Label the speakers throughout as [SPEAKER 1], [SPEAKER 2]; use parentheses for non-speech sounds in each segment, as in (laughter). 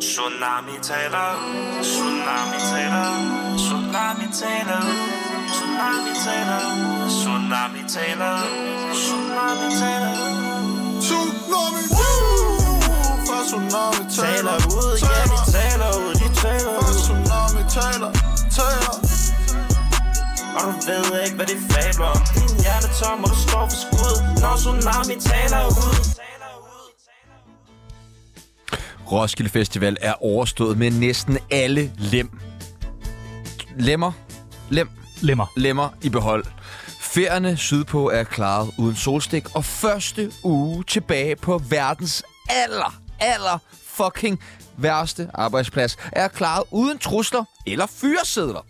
[SPEAKER 1] Tsunami taler, tsunami taler, tsunami taler, tsunami taler, tsunami taler, tsunami taler.
[SPEAKER 2] Tsunami For tsunami
[SPEAKER 1] Taler ud, ja de taler ud, de taler
[SPEAKER 2] For
[SPEAKER 1] ud.
[SPEAKER 2] tsunami taler Taler
[SPEAKER 1] Og du ved ikke, hvad de fabler om. Din hjerne er tom, og du står for skud, når tsunami taler ud.
[SPEAKER 3] Roskilde Festival er overstået med næsten alle lem. Lemmer? Lem?
[SPEAKER 4] Lemmer.
[SPEAKER 3] Lemmer i behold. Ferierne sydpå er klaret uden solstik, og første uge tilbage på verdens aller, aller fucking værste arbejdsplads er klaret uden trusler eller fyresedler.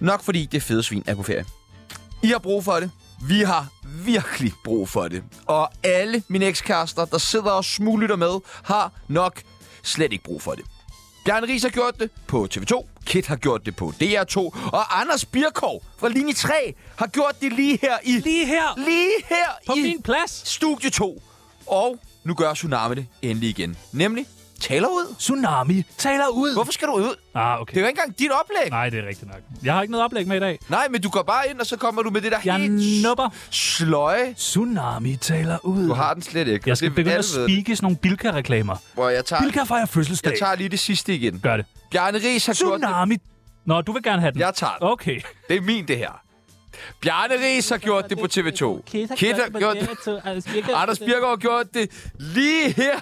[SPEAKER 3] Nok fordi det fede svin er på ferie. I har brug for det. Vi har virkelig brug for det. Og alle mine ekskærester, der sidder og smuglytter med, har nok slet ikke brug for det. Bjarne Ries har gjort det på TV2, Kit har gjort det på DR2, og Anders Birkov fra Linje 3 har gjort det lige her i...
[SPEAKER 4] Lige her.
[SPEAKER 3] Lige her
[SPEAKER 4] På
[SPEAKER 3] i
[SPEAKER 4] min plads.
[SPEAKER 3] Studie 2. Og nu gør Tsunami det endelig igen. Nemlig taler ud.
[SPEAKER 4] Tsunami taler ud.
[SPEAKER 3] Hvorfor skal du ud?
[SPEAKER 4] Ah,
[SPEAKER 3] Det er
[SPEAKER 4] okay.
[SPEAKER 3] jo ikke engang dit oplæg. Nej,
[SPEAKER 4] Nej, det er rigtigt nok. Jeg har ikke noget oplæg med i dag.
[SPEAKER 3] Nej men du går bare ind, og så kommer du med det der
[SPEAKER 4] Jeg
[SPEAKER 3] helt
[SPEAKER 4] nupper.
[SPEAKER 3] sløje.
[SPEAKER 4] Tsunami taler ud.
[SPEAKER 3] Du har den slet ikke.
[SPEAKER 4] Jeg
[SPEAKER 3] og
[SPEAKER 4] skal
[SPEAKER 3] det,
[SPEAKER 4] begynde at
[SPEAKER 3] alle ved det.
[SPEAKER 4] spike sådan nogle Bilka-reklamer.
[SPEAKER 3] Hvor jeg tager,
[SPEAKER 4] Bilka fejrer fødselsdag.
[SPEAKER 3] jeg tager lige det sidste igen.
[SPEAKER 4] Gør det.
[SPEAKER 3] Bjarne Ries har gjort
[SPEAKER 4] Tsunami. Nå, du vil gerne have den.
[SPEAKER 3] det. Jeg tager den.
[SPEAKER 4] Okay.
[SPEAKER 3] Det er min, det her. Bjarne Ries har gjort det på TV2. Kit har gjort det.
[SPEAKER 4] Altså,
[SPEAKER 3] Anders Birker har gjort det lige her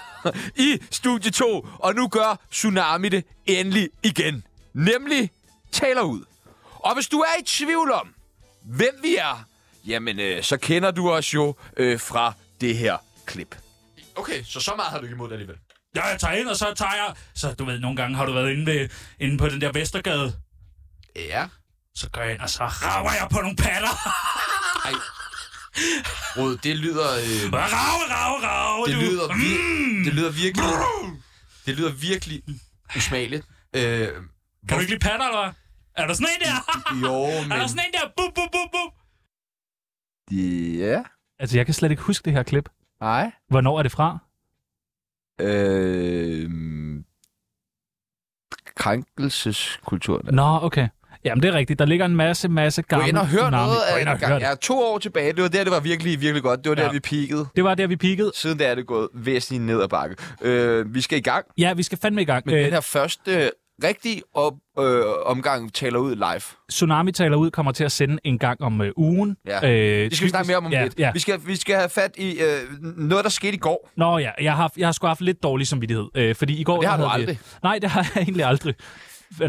[SPEAKER 3] i Studie 2. Og nu gør Tsunami det endelig igen. Nemlig taler ud. Og hvis du er i tvivl om, hvem vi er, jamen øh, så kender du os jo øh, fra det her klip. Okay, så så meget har du ikke imod det alligevel.
[SPEAKER 4] Ja, jeg tager ind, og så tager jeg... Så du ved, nogle gange har du været inde, ved, inde på den der Vestergade.
[SPEAKER 3] Ja.
[SPEAKER 4] Så går jeg ind, og så rager jeg på nogle patter. (laughs)
[SPEAKER 3] Ej. Rød, det lyder... Øh,
[SPEAKER 4] Rave, rave, rave,
[SPEAKER 3] det
[SPEAKER 4] du.
[SPEAKER 3] lyder, vir- det lyder virkelig... Det lyder virkelig usmageligt. Øh,
[SPEAKER 4] Kan du ikke lide patter, eller hvad? Er der sådan en der? (laughs)
[SPEAKER 3] jo,
[SPEAKER 4] er der sådan en der? Bup, bup, bup, bup.
[SPEAKER 3] Ja.
[SPEAKER 4] Altså, jeg kan slet ikke huske det her klip.
[SPEAKER 3] Nej.
[SPEAKER 4] Hvornår er det fra?
[SPEAKER 3] Øh, krænkelseskulturen.
[SPEAKER 4] Nå, okay. Jamen, det er rigtigt. Der ligger en masse, masse
[SPEAKER 3] Gå
[SPEAKER 4] gamle
[SPEAKER 3] ind og hør
[SPEAKER 4] tsunami.
[SPEAKER 3] noget
[SPEAKER 4] Gå ind
[SPEAKER 3] af
[SPEAKER 4] og
[SPEAKER 3] en
[SPEAKER 4] hør
[SPEAKER 3] gang.
[SPEAKER 4] det.
[SPEAKER 3] Ja, to år tilbage. Det var der, det var virkelig, virkelig godt. Det var der,
[SPEAKER 4] Ja.
[SPEAKER 3] vi peakede.
[SPEAKER 4] Det var der, vi peakede.
[SPEAKER 3] Siden der er det gået væsentligt ned ad bakke. Øh, vi skal i gang
[SPEAKER 4] Ja, vi skal fandme i gang.
[SPEAKER 3] med øh. den
[SPEAKER 4] Øh,
[SPEAKER 3] her første rigtige op, øh, omgang taler ud live.
[SPEAKER 4] Tsunami taler ud kommer til at sende en gang om øh, ugen.
[SPEAKER 3] Ja.
[SPEAKER 4] Øh,
[SPEAKER 3] Det skal vi snakke mere om om
[SPEAKER 4] ja,
[SPEAKER 3] lidt.
[SPEAKER 4] Ja.
[SPEAKER 3] Vi, skal, vi skal have fat i øh, noget, der skete i går.
[SPEAKER 4] Nå ja, jeg har, jeg har sgu haft lidt dårlig samvittighed, øh, fordi i går...
[SPEAKER 3] Det har
[SPEAKER 4] der
[SPEAKER 3] du
[SPEAKER 4] havde vi-
[SPEAKER 3] aldrig.
[SPEAKER 4] Nej, det har (laughs) jeg egentlig aldrig.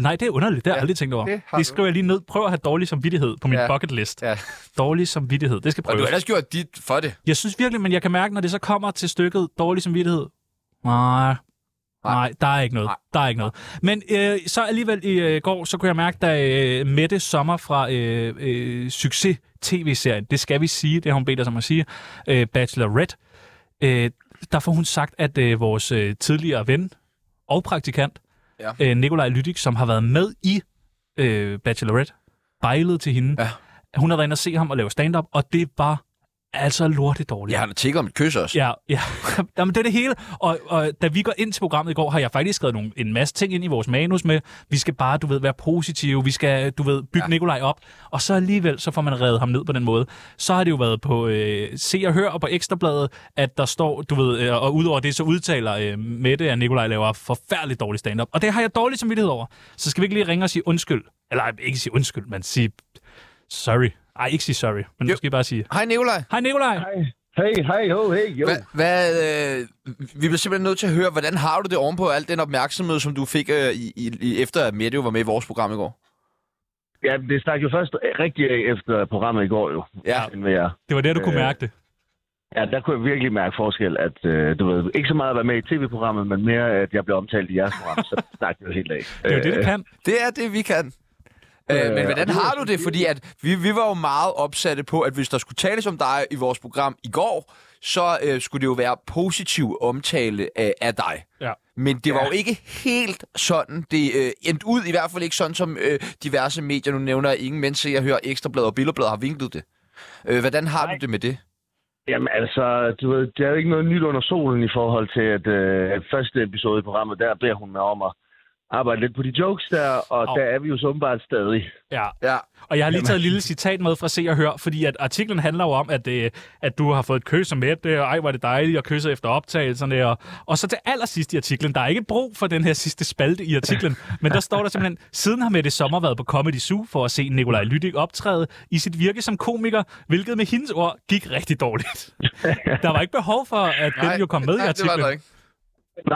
[SPEAKER 4] Nej, det er underligt. Det har jeg
[SPEAKER 3] Ja,
[SPEAKER 4] aldrig tænkt over.
[SPEAKER 3] det
[SPEAKER 4] Det,
[SPEAKER 3] har
[SPEAKER 4] det
[SPEAKER 3] du.
[SPEAKER 4] skriver jeg lige ned. Prøv at have dårlig samvittighed på min
[SPEAKER 3] Ja.
[SPEAKER 4] ja. bucket list.
[SPEAKER 3] Ja.
[SPEAKER 4] Dårlig samvittighed. Det skal
[SPEAKER 3] Og du har
[SPEAKER 4] prøves.
[SPEAKER 3] ellers gjort dit for det.
[SPEAKER 4] Jeg synes virkelig, men jeg kan mærke, når det så kommer til stykket dårlig samvittighed. Nej, nej, der er ikke noget.
[SPEAKER 3] Nej.
[SPEAKER 4] Der er ikke noget. Men øh, så alligevel i øh, går, så kunne jeg mærke, da øh, Mette Sommer fra øh, øh, Succes TV-serien, det skal vi sige, det har hun bedt os om at sige, øh, Bachelorette, øh, der får hun sagt, at øh, vores øh, tidligere ven og praktikant,
[SPEAKER 3] Ja.
[SPEAKER 4] ja. øh, Nikolaj Lydik, som har været med i øh, Bachelorette, bejlede til hende.
[SPEAKER 3] Ja.
[SPEAKER 4] Hun har været inde og se ham og lave stand-up, og det var altså lortet dårligt.
[SPEAKER 3] Jeg har da tækket om et kys også.
[SPEAKER 4] Ja, ja. (laughs) Jamen, det er det hele. Og, og da vi går ind til programmet i går, har jeg faktisk skrevet nogle, en masse ting ind i vores manus med, vi skal bare, du ved, være positive, vi skal, du ved, bygge
[SPEAKER 3] Ja.
[SPEAKER 4] ja. Nikolaj op. Og så alligevel, så får man reddet ham ned på den måde. Så har det jo været på øh, Se og Hør og på Ekstrabladet, at der står, du ved, øh, og udover det, så udtaler øh, Mette, at Nikolaj laver forfærdeligt dårlig stand-up. Og det har jeg dårlig samvittighed over. Så skal vi ikke lige ringe og sige undskyld. Eller ej, ikke sige undskyld, men sige sorry. Ej, ikke sige sorry, men
[SPEAKER 3] Jo.
[SPEAKER 4] jo. måske bare sige,
[SPEAKER 3] Hej Nikolaj.
[SPEAKER 4] hej Nikolaj.
[SPEAKER 5] Hey, hey, ho, hey, jo.
[SPEAKER 3] Hva, hvad, øh, vi bliver simpelthen nødt til at høre, hvordan har du det ovenpå al den opmærksomhed, som du fik øh, i, i, i- efter at Mette jo var med i vores program i går?
[SPEAKER 5] Ja, det stak jo først rigtig af efter programmet i går jo.
[SPEAKER 3] Ja.
[SPEAKER 5] Men jeg,
[SPEAKER 4] Det var der, du kunne
[SPEAKER 5] Øh,
[SPEAKER 4] mærke det.
[SPEAKER 5] ja, der kunne jeg virkelig mærke forskel, at øh, du ved, ikke så meget at være med i tv-programmet, men mere at jeg blev omtalt i jeres program, så (laughs) stak det jo helt af. Øh,
[SPEAKER 4] Det er jo det, det kan.
[SPEAKER 3] Det er det, vi kan. Øh, men hvordan har du det? Fordi at vi, vi var jo meget opsatte på, at hvis der skulle tales om dig i vores program i går, så øh, skulle det jo være positiv omtale af, af dig.
[SPEAKER 4] Ja.
[SPEAKER 3] Men det var jo ikke helt sådan, det øh, endte ud, i hvert fald ikke sådan, som øh, diverse medier nu nævner, at ingen mænd ser, jeg hører Ekstrabladet og Billedbladet har vinklet det. Øh, hvordan har Nej. du det med det?
[SPEAKER 5] Jamen altså, du ved, der er jo ikke noget nyt under solen i forhold til, at øh, første episode i programmet, der beder hun mig om at arbejde lidt på de jokes der, og
[SPEAKER 4] Au.
[SPEAKER 5] oh. der er vi jo så åbenbart stadig.
[SPEAKER 4] Ja.
[SPEAKER 3] Ja.
[SPEAKER 4] Og jeg har lige taget et lille citat med fra Se og Hør, fordi at artiklen handler jo om, at, øh, at du har fået et kys med det, og ej, var det dejligt, og kysset efter optagelserne. Og, og så til allersidst i artiklen, der er ikke brug for den her sidste spalte i
[SPEAKER 3] (laughs)
[SPEAKER 4] artiklen, men der står der simpelthen, siden har Mette Sommer været på Comedy Zoo for at se Nikolaj Lydik optræde i sit virke som komiker, hvilket med hendes ord gik rigtig
[SPEAKER 3] (laughs)
[SPEAKER 4] dårligt. Der var ikke behov for, at den jo kom med
[SPEAKER 3] nej,
[SPEAKER 4] i
[SPEAKER 3] det
[SPEAKER 4] artiklen.
[SPEAKER 3] var der ikke.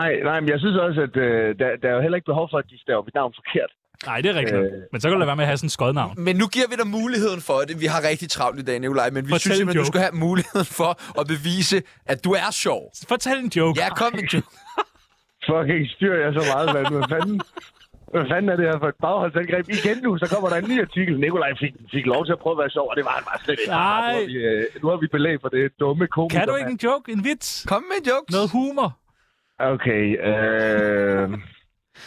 [SPEAKER 5] Nej, nej, men jeg synes også, at øh, der, der er jo heller ikke behov for, at de staver mit navn forkert.
[SPEAKER 4] Nej, det er rigtigt.
[SPEAKER 5] Øh.
[SPEAKER 4] Men så kan du lade være med at have sådan en skodnavn.
[SPEAKER 3] Men nu giver vi dig muligheden for det. Vi har rigtig travlt i dag, Nikolaj, men vi
[SPEAKER 4] Fortæl
[SPEAKER 3] synes
[SPEAKER 4] en
[SPEAKER 3] simpelthen, du
[SPEAKER 4] joke.
[SPEAKER 3] skal have muligheden for at bevise, at du er sjov.
[SPEAKER 4] Fortæl en joke.
[SPEAKER 3] Ja, kom med en
[SPEAKER 4] (laughs)
[SPEAKER 3] joke.
[SPEAKER 5] Fucking styrer jeg så meget, mand. Hvad fanden? Hvad fanden er det her for et bagholdsangreb? Igen nu, så kommer der en ny artikel. Nikolaj fik, fik lov til at prøve at være sjov, og det var han bare slet ikke.
[SPEAKER 4] Nej.
[SPEAKER 5] Nu har vi, øh, nu har vi belæg for det dumme komiker.
[SPEAKER 4] Kan du ikke en joke? En vits?
[SPEAKER 3] Kom med en joke.
[SPEAKER 4] Noget humor?
[SPEAKER 5] Okay, øh...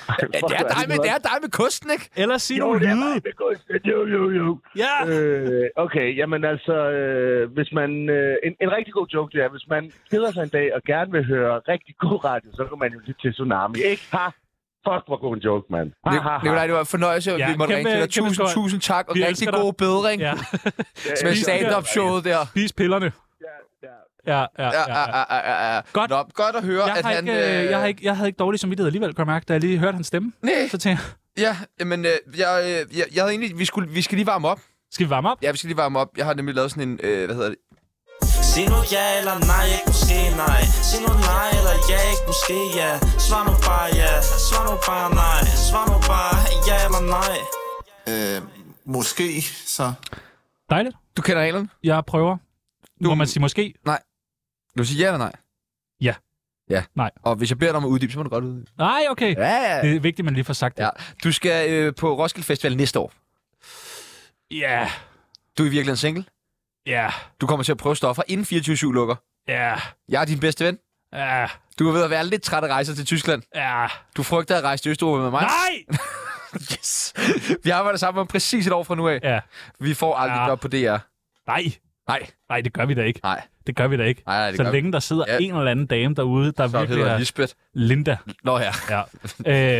[SPEAKER 3] Ja, det, er dig med, det er dig med kosten, ikke?
[SPEAKER 4] Eller sige
[SPEAKER 5] Jo,
[SPEAKER 4] nogle
[SPEAKER 5] det er
[SPEAKER 4] lyde?
[SPEAKER 5] mig, det går ikke. Jo, jo, jo.
[SPEAKER 4] Ja!
[SPEAKER 5] Øh, okay, jamen altså, øh, hvis man, øh, en, en rigtig god joke, det er, hvis man keder sig en dag og gerne vil høre rigtig god radio, så kan man jo lytte til Tsunami, ikke? Ha! Fuck, hvor god en joke, mand. Ha, ha, ha.
[SPEAKER 3] Nik- Nikolaj, det var en fornøjelse, at
[SPEAKER 4] Ja,
[SPEAKER 3] vi måtte
[SPEAKER 4] kæmpe-
[SPEAKER 3] ringe til dig.
[SPEAKER 4] kæmpe
[SPEAKER 3] Tusind,
[SPEAKER 4] stor-
[SPEAKER 3] tusind tak, og
[SPEAKER 4] Vi
[SPEAKER 3] rigtig
[SPEAKER 4] elsker dig.
[SPEAKER 3] god bedring
[SPEAKER 5] (laughs)
[SPEAKER 4] Ja,
[SPEAKER 3] med
[SPEAKER 4] elsker dig.
[SPEAKER 3] stand-up-showet der.
[SPEAKER 4] spis pillerne.
[SPEAKER 5] Ja, ja.
[SPEAKER 4] Ja, ja,
[SPEAKER 3] Ja,
[SPEAKER 4] ja.
[SPEAKER 3] ja,
[SPEAKER 4] ja.
[SPEAKER 3] ja, ja, ja.
[SPEAKER 4] Godt.
[SPEAKER 3] Nå, godt at høre,
[SPEAKER 4] Jeg,
[SPEAKER 3] at
[SPEAKER 4] har
[SPEAKER 3] han...
[SPEAKER 4] ikke, øh, jeg, har
[SPEAKER 3] øh,
[SPEAKER 4] ikke, jeg havde ikke dårlig samvittighed alligevel, kan jeg mærke, da jeg lige hørte hans stemme.
[SPEAKER 3] Nej.
[SPEAKER 4] Så tænkte jeg,
[SPEAKER 3] Ja, men øh, jeg, øh, jeg, jeg havde egentlig... Vi, skulle, vi skal lige varme op.
[SPEAKER 4] skal vi varme op?
[SPEAKER 3] Ja, vi skal lige varme op. Jeg har nemlig lavet sådan en... Øh, hvad hedder det?
[SPEAKER 1] Sig nu ja eller nej, ikke måske nej Sig nu nej eller ja, ikke måske ja Svar nu bare ja, svar nu bare nej Svar nu bare ja eller
[SPEAKER 2] Øh,
[SPEAKER 1] nej
[SPEAKER 2] måske så.
[SPEAKER 4] Dejligt.
[SPEAKER 3] Du kender reglerne?
[SPEAKER 4] Jeg prøver.
[SPEAKER 3] Du-
[SPEAKER 4] Du... Må man sige måske?
[SPEAKER 3] Du siger ja eller nej?
[SPEAKER 4] Ja.
[SPEAKER 3] Ja.
[SPEAKER 4] Nej.
[SPEAKER 3] Og hvis jeg beder dig om at uddybe, så må du godt uddybe.
[SPEAKER 4] Nej, okay.
[SPEAKER 3] Ja, ja.
[SPEAKER 4] Det er vigtigt, man lige får sagt det.
[SPEAKER 3] ja. Du skal øh, på Roskilde Festival næste år.
[SPEAKER 4] Ja,
[SPEAKER 3] Du er i virkeligheden single.
[SPEAKER 4] ja,
[SPEAKER 3] Du kommer til at prøve stoffer inden 24-7 lukker.
[SPEAKER 4] ja,
[SPEAKER 3] Jeg er din bedste ven.
[SPEAKER 4] ja,
[SPEAKER 3] Du er ved at være lidt træt af rejser til Tyskland.
[SPEAKER 4] ja.
[SPEAKER 3] Du frygter at rejse til Østeuropa med mig. (laughs)
[SPEAKER 4] Nej!
[SPEAKER 3] Yes. Vi arbejder sammen om præcis et år fra nu af.
[SPEAKER 4] Ja.
[SPEAKER 3] Vi får aldrig
[SPEAKER 4] Ja.
[SPEAKER 3] job på DR.
[SPEAKER 4] Nej.
[SPEAKER 3] Nej,
[SPEAKER 4] Nej, det gør vi da ikke.
[SPEAKER 3] nej,
[SPEAKER 4] Det gør vi da ikke.
[SPEAKER 3] nej, nej det
[SPEAKER 4] så
[SPEAKER 3] gør
[SPEAKER 4] længe der sidder
[SPEAKER 3] Ja.
[SPEAKER 4] ja. en eller anden dame derude, der
[SPEAKER 3] Så
[SPEAKER 4] virkelig
[SPEAKER 3] hedder
[SPEAKER 4] er
[SPEAKER 3] Lisbeth.
[SPEAKER 4] Linda.
[SPEAKER 3] Nå ja.
[SPEAKER 4] Ja.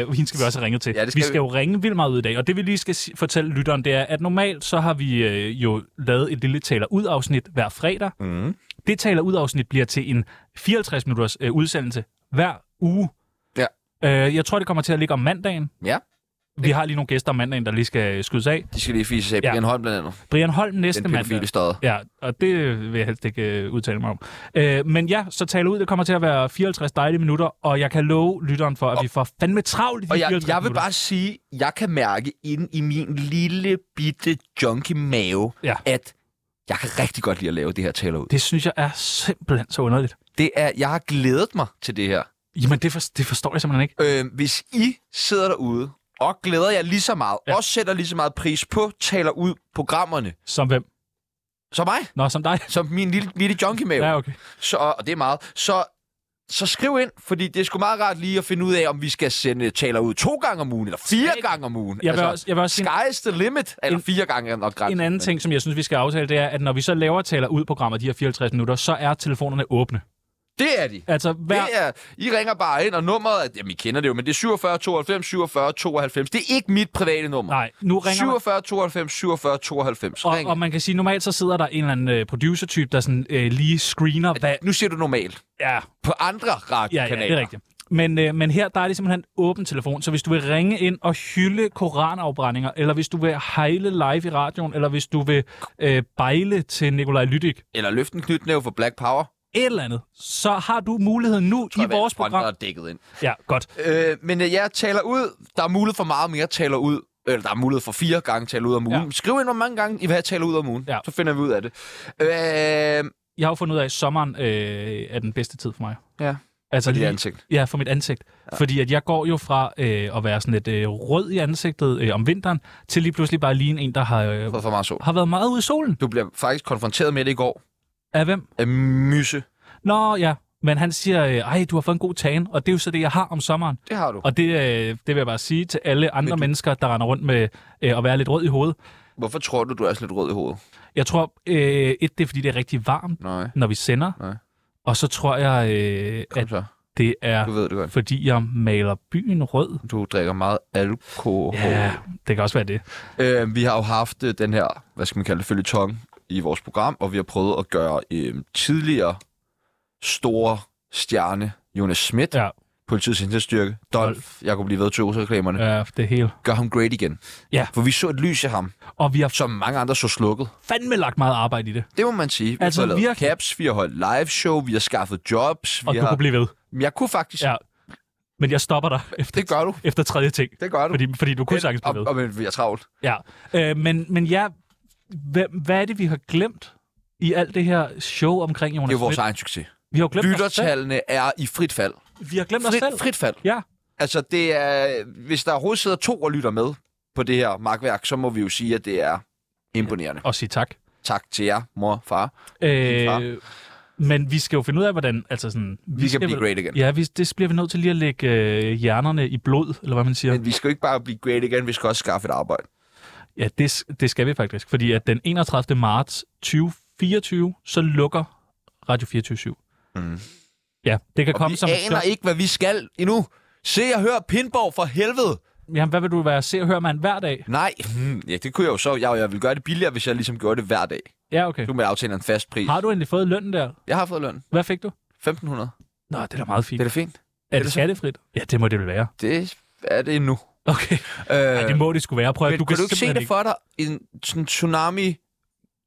[SPEAKER 4] Øh, hende skal vi også have ringet til.
[SPEAKER 3] Ja, det skal
[SPEAKER 4] vi skal
[SPEAKER 3] vi.
[SPEAKER 4] jo ringe vildt meget ud i dag, og det vi lige skal si- fortælle lytteren, det er, at normalt så har vi øh, jo lavet et lille taler ud afsnit hver fredag.
[SPEAKER 3] Mm.
[SPEAKER 4] Det taler ud afsnit bliver til en 54 minutters øh, udsendelse hver uge.
[SPEAKER 3] Ja.
[SPEAKER 4] Øh, jeg tror, det kommer til at ligge om mandagen.
[SPEAKER 3] Ja.
[SPEAKER 4] Vi har lige nogle gæster om mandagen, der lige skal øh, skydes af.
[SPEAKER 3] De skal lige fise af
[SPEAKER 4] Ja.
[SPEAKER 3] Brian Holm blandt andet.
[SPEAKER 4] Brian Holm
[SPEAKER 3] Den
[SPEAKER 4] næste mandag.
[SPEAKER 3] pædofile stod.
[SPEAKER 4] Ja, og det vil jeg helst ikke øh, udtale mig om. Øh, men ja, så tale ud. Det kommer til at være 54 dejlige minutter, og jeg kan love lytteren for, at vi får fandme travlt i de
[SPEAKER 3] Og jeg,
[SPEAKER 4] 54
[SPEAKER 3] jeg vil
[SPEAKER 4] minutter.
[SPEAKER 3] bare sige, jeg kan mærke inde i min lille bitte junkie mave,
[SPEAKER 4] Ja.
[SPEAKER 3] at jeg kan rigtig godt lide at lave det her taler ud.
[SPEAKER 4] Det synes jeg er simpelthen så underligt.
[SPEAKER 3] Det er, jeg har glædet mig til det her.
[SPEAKER 4] Jamen, det, for, det forstår jeg simpelthen ikke.
[SPEAKER 3] Øh, hvis I sidder derude og glæder jer lige så meget, ja.
[SPEAKER 4] Ja.
[SPEAKER 3] og sætter lige så meget pris på taler ud programmerne,
[SPEAKER 4] Som hvem?
[SPEAKER 3] som mig,
[SPEAKER 4] Nå, som dig?
[SPEAKER 3] som min lille, lille junkie mave,
[SPEAKER 4] Ja,
[SPEAKER 3] ja.
[SPEAKER 4] okay.
[SPEAKER 3] så, og det er meget, så, så skriv ind, fordi det er sgu meget rart lige at finde ud af, om vi skal sende øh, taler ud to gange om ugen, eller fire gange om ugen.
[SPEAKER 4] Jeg vil også, jeg vil også sige en,
[SPEAKER 3] Sky's the limit, eller
[SPEAKER 4] en-
[SPEAKER 3] fire gange er nok grænsen.
[SPEAKER 4] en anden ting, som jeg synes, vi skal aftale, det er, at når vi så laver taler ud programmer de her 54 minutter, så er telefonerne åbne.
[SPEAKER 3] Det er de.
[SPEAKER 4] Altså, hver...
[SPEAKER 3] Det er, I ringer bare ind, og nummeret, er- jamen I kender det jo, men det er 47 92 47 92. Det er ikke mit private nummer.
[SPEAKER 4] Nej, nu ringer man.
[SPEAKER 3] 47 92 47 92.
[SPEAKER 4] Og,
[SPEAKER 3] Ring.
[SPEAKER 4] og man kan sige, normalt så sidder der en eller anden øh, producer-type, der sådan, øh, lige screener, hvad...
[SPEAKER 3] Nu siger du normalt.
[SPEAKER 4] Ja,
[SPEAKER 3] På andre
[SPEAKER 4] ja, ja,
[SPEAKER 3] radiokanaler.
[SPEAKER 4] det er rigtigt. Men, øh, men her der er det simpelthen åben telefon, så hvis du vil ringe ind og hylde koranafbrændinger, eller hvis du vil hejle live i radioen, eller hvis du vil øh, bejle til Nikolaj Lydik,
[SPEAKER 3] Eller løften knytnæve for Black Power.
[SPEAKER 4] et eller andet, så har du muligheden nu i vores
[SPEAKER 3] Der er
[SPEAKER 4] program.
[SPEAKER 3] dækket ind.
[SPEAKER 4] Ja, godt.
[SPEAKER 3] Øh, men øh, jeg taler ud. Der er mulighed for meget mere taler ud. Eller der er mulighed for fire gange taler ud om ugen. Ja.
[SPEAKER 4] Ja.
[SPEAKER 3] Skriv ind, hvor mange gange I vil have taler ud om ugen.
[SPEAKER 4] Ja.
[SPEAKER 3] Så finder vi ud af det. Øh,
[SPEAKER 4] Jeg har jo fundet ud af, at sommeren øh, er den bedste tid for mig.
[SPEAKER 3] Ja.
[SPEAKER 4] Altså
[SPEAKER 3] for dit
[SPEAKER 4] lige,
[SPEAKER 3] ansigt.
[SPEAKER 4] ja, for mit ansigt. Ja. Fordi at jeg går jo fra øh, at være sådan lidt øh, rød i ansigtet øh, om vinteren, til lige pludselig bare lige en, der har, øh,
[SPEAKER 3] For, for meget sol.
[SPEAKER 4] har været meget ude i solen.
[SPEAKER 3] Du bliver faktisk konfronteret med det i går.
[SPEAKER 4] Af hvem?
[SPEAKER 3] Af myse.
[SPEAKER 4] Nå ja, men han siger, øh, ej, du har fået en god tan, og det er jo så det, jeg har om sommeren.
[SPEAKER 3] Det har du.
[SPEAKER 4] Og det, øh, det vil jeg bare sige til alle andre
[SPEAKER 3] Men du-
[SPEAKER 4] mennesker, der render rundt med øh, at være lidt rød i hovedet.
[SPEAKER 3] Hvorfor tror du, du er så lidt rød i hovedet?
[SPEAKER 4] Jeg tror, øh, et, det er, fordi det er rigtig varmt,
[SPEAKER 3] Nej,
[SPEAKER 4] når vi sender.
[SPEAKER 3] Nej.
[SPEAKER 4] Og så tror jeg, øh,
[SPEAKER 3] kom
[SPEAKER 4] at
[SPEAKER 3] så.
[SPEAKER 4] det
[SPEAKER 3] Du
[SPEAKER 4] er,
[SPEAKER 3] ved det godt.
[SPEAKER 4] fordi jeg maler byen rød.
[SPEAKER 3] Du drikker meget alkohol.
[SPEAKER 4] Ja, det kan også være det.
[SPEAKER 3] Øh, vi har jo haft øh, den her, hvad skal man kalde det, følgetong i vores program, og vi har prøvet at gøre øh, tidligere store stjerne Jonas Schmidt, ja.
[SPEAKER 4] Ja,
[SPEAKER 3] politiets indsatsstyrke, Dolf, jeg kunne blive ved til reklamerne ja.
[SPEAKER 4] ja det hele.
[SPEAKER 3] gør ham great igen.
[SPEAKER 4] Ja.
[SPEAKER 3] For vi så et lys i ham,
[SPEAKER 4] Og vi har
[SPEAKER 3] som mange andre så slukket.
[SPEAKER 4] fandme lagt meget arbejde i det.
[SPEAKER 3] Det må man sige. Vi
[SPEAKER 4] Altså,
[SPEAKER 3] har lavet
[SPEAKER 4] virkelig.
[SPEAKER 3] caps, vi har holdt live show, vi har skaffet jobs.
[SPEAKER 4] Og
[SPEAKER 3] vi
[SPEAKER 4] du
[SPEAKER 3] har...
[SPEAKER 4] kunne blive ved.
[SPEAKER 3] blive... Jeg kunne faktisk.
[SPEAKER 4] Ja. Men jeg stopper dig efter,
[SPEAKER 3] Det gør du.
[SPEAKER 4] efter tredje ting.
[SPEAKER 3] Det gør du.
[SPEAKER 4] Fordi, fordi du kunne
[SPEAKER 3] Men-
[SPEAKER 4] sagtens blive ved.
[SPEAKER 3] og, og, men vi er travlt.
[SPEAKER 4] Ja. Øh, men, men ja, hvem, hvad er det, vi har glemt i alt det her show omkring Jonas
[SPEAKER 3] Det er vores
[SPEAKER 4] Schmidt?
[SPEAKER 3] egen succes.
[SPEAKER 4] Vi har jo glemt os selv.
[SPEAKER 3] Lyttertallene er i frit fald.
[SPEAKER 4] Vi har glemt os selv.
[SPEAKER 3] Frit, frit fald.
[SPEAKER 4] Ja.
[SPEAKER 3] Altså, det er, hvis der overhovedet sidder to og lytter med på det her magtværk, så må vi jo sige, at det er imponerende.
[SPEAKER 4] Og sige tak.
[SPEAKER 3] Tak til jer, mor, far.
[SPEAKER 4] Øh, men vi skal jo finde ud af, hvordan... Altså sådan,
[SPEAKER 3] Vi, vi
[SPEAKER 4] skal
[SPEAKER 3] kan blive
[SPEAKER 4] vel-
[SPEAKER 3] great igen.
[SPEAKER 4] Ja, vi, det bliver vi nødt til lige at lægge øh, hjernerne i blod, eller hvad man siger.
[SPEAKER 3] Men vi skal jo ikke bare blive great igen, vi skal også skaffe et arbejde.
[SPEAKER 4] Ja, det, s- det skal vi faktisk. Fordi at den 31. marts 2024, så lukker Radio 24
[SPEAKER 3] Mhm.
[SPEAKER 4] Ja, det kan
[SPEAKER 3] Og
[SPEAKER 4] komme
[SPEAKER 3] vi
[SPEAKER 4] som et
[SPEAKER 3] aner
[SPEAKER 4] chok.
[SPEAKER 3] ikke, hvad vi skal endnu. Se og hør Pindborg for helvede.
[SPEAKER 4] Jamen, hvad vil du være se og høre mand hver dag?
[SPEAKER 3] Nej, hmm, ja, det kunne jeg jo så. Jeg, jeg ville gøre det billigere, hvis jeg ligesom gjorde det hver dag.
[SPEAKER 4] Ja, okay.
[SPEAKER 3] Du må aftale en fast pris.
[SPEAKER 4] Har du endelig fået lønnen der?
[SPEAKER 3] Jeg har fået løn.
[SPEAKER 4] Hvad fik du?
[SPEAKER 3] 1500.
[SPEAKER 4] Nå, det er da meget fint.
[SPEAKER 3] Det er da fint.
[SPEAKER 4] er det
[SPEAKER 3] det så-
[SPEAKER 4] skattefrit? Ja, det må det vel være.
[SPEAKER 3] Det er det nu.
[SPEAKER 4] Okay.
[SPEAKER 3] Øh,
[SPEAKER 4] Ej, det må det skulle være. Prøv at
[SPEAKER 3] Men, du kan, kan du ikke se
[SPEAKER 4] simpelthen
[SPEAKER 3] det for dig? En sådan tsunami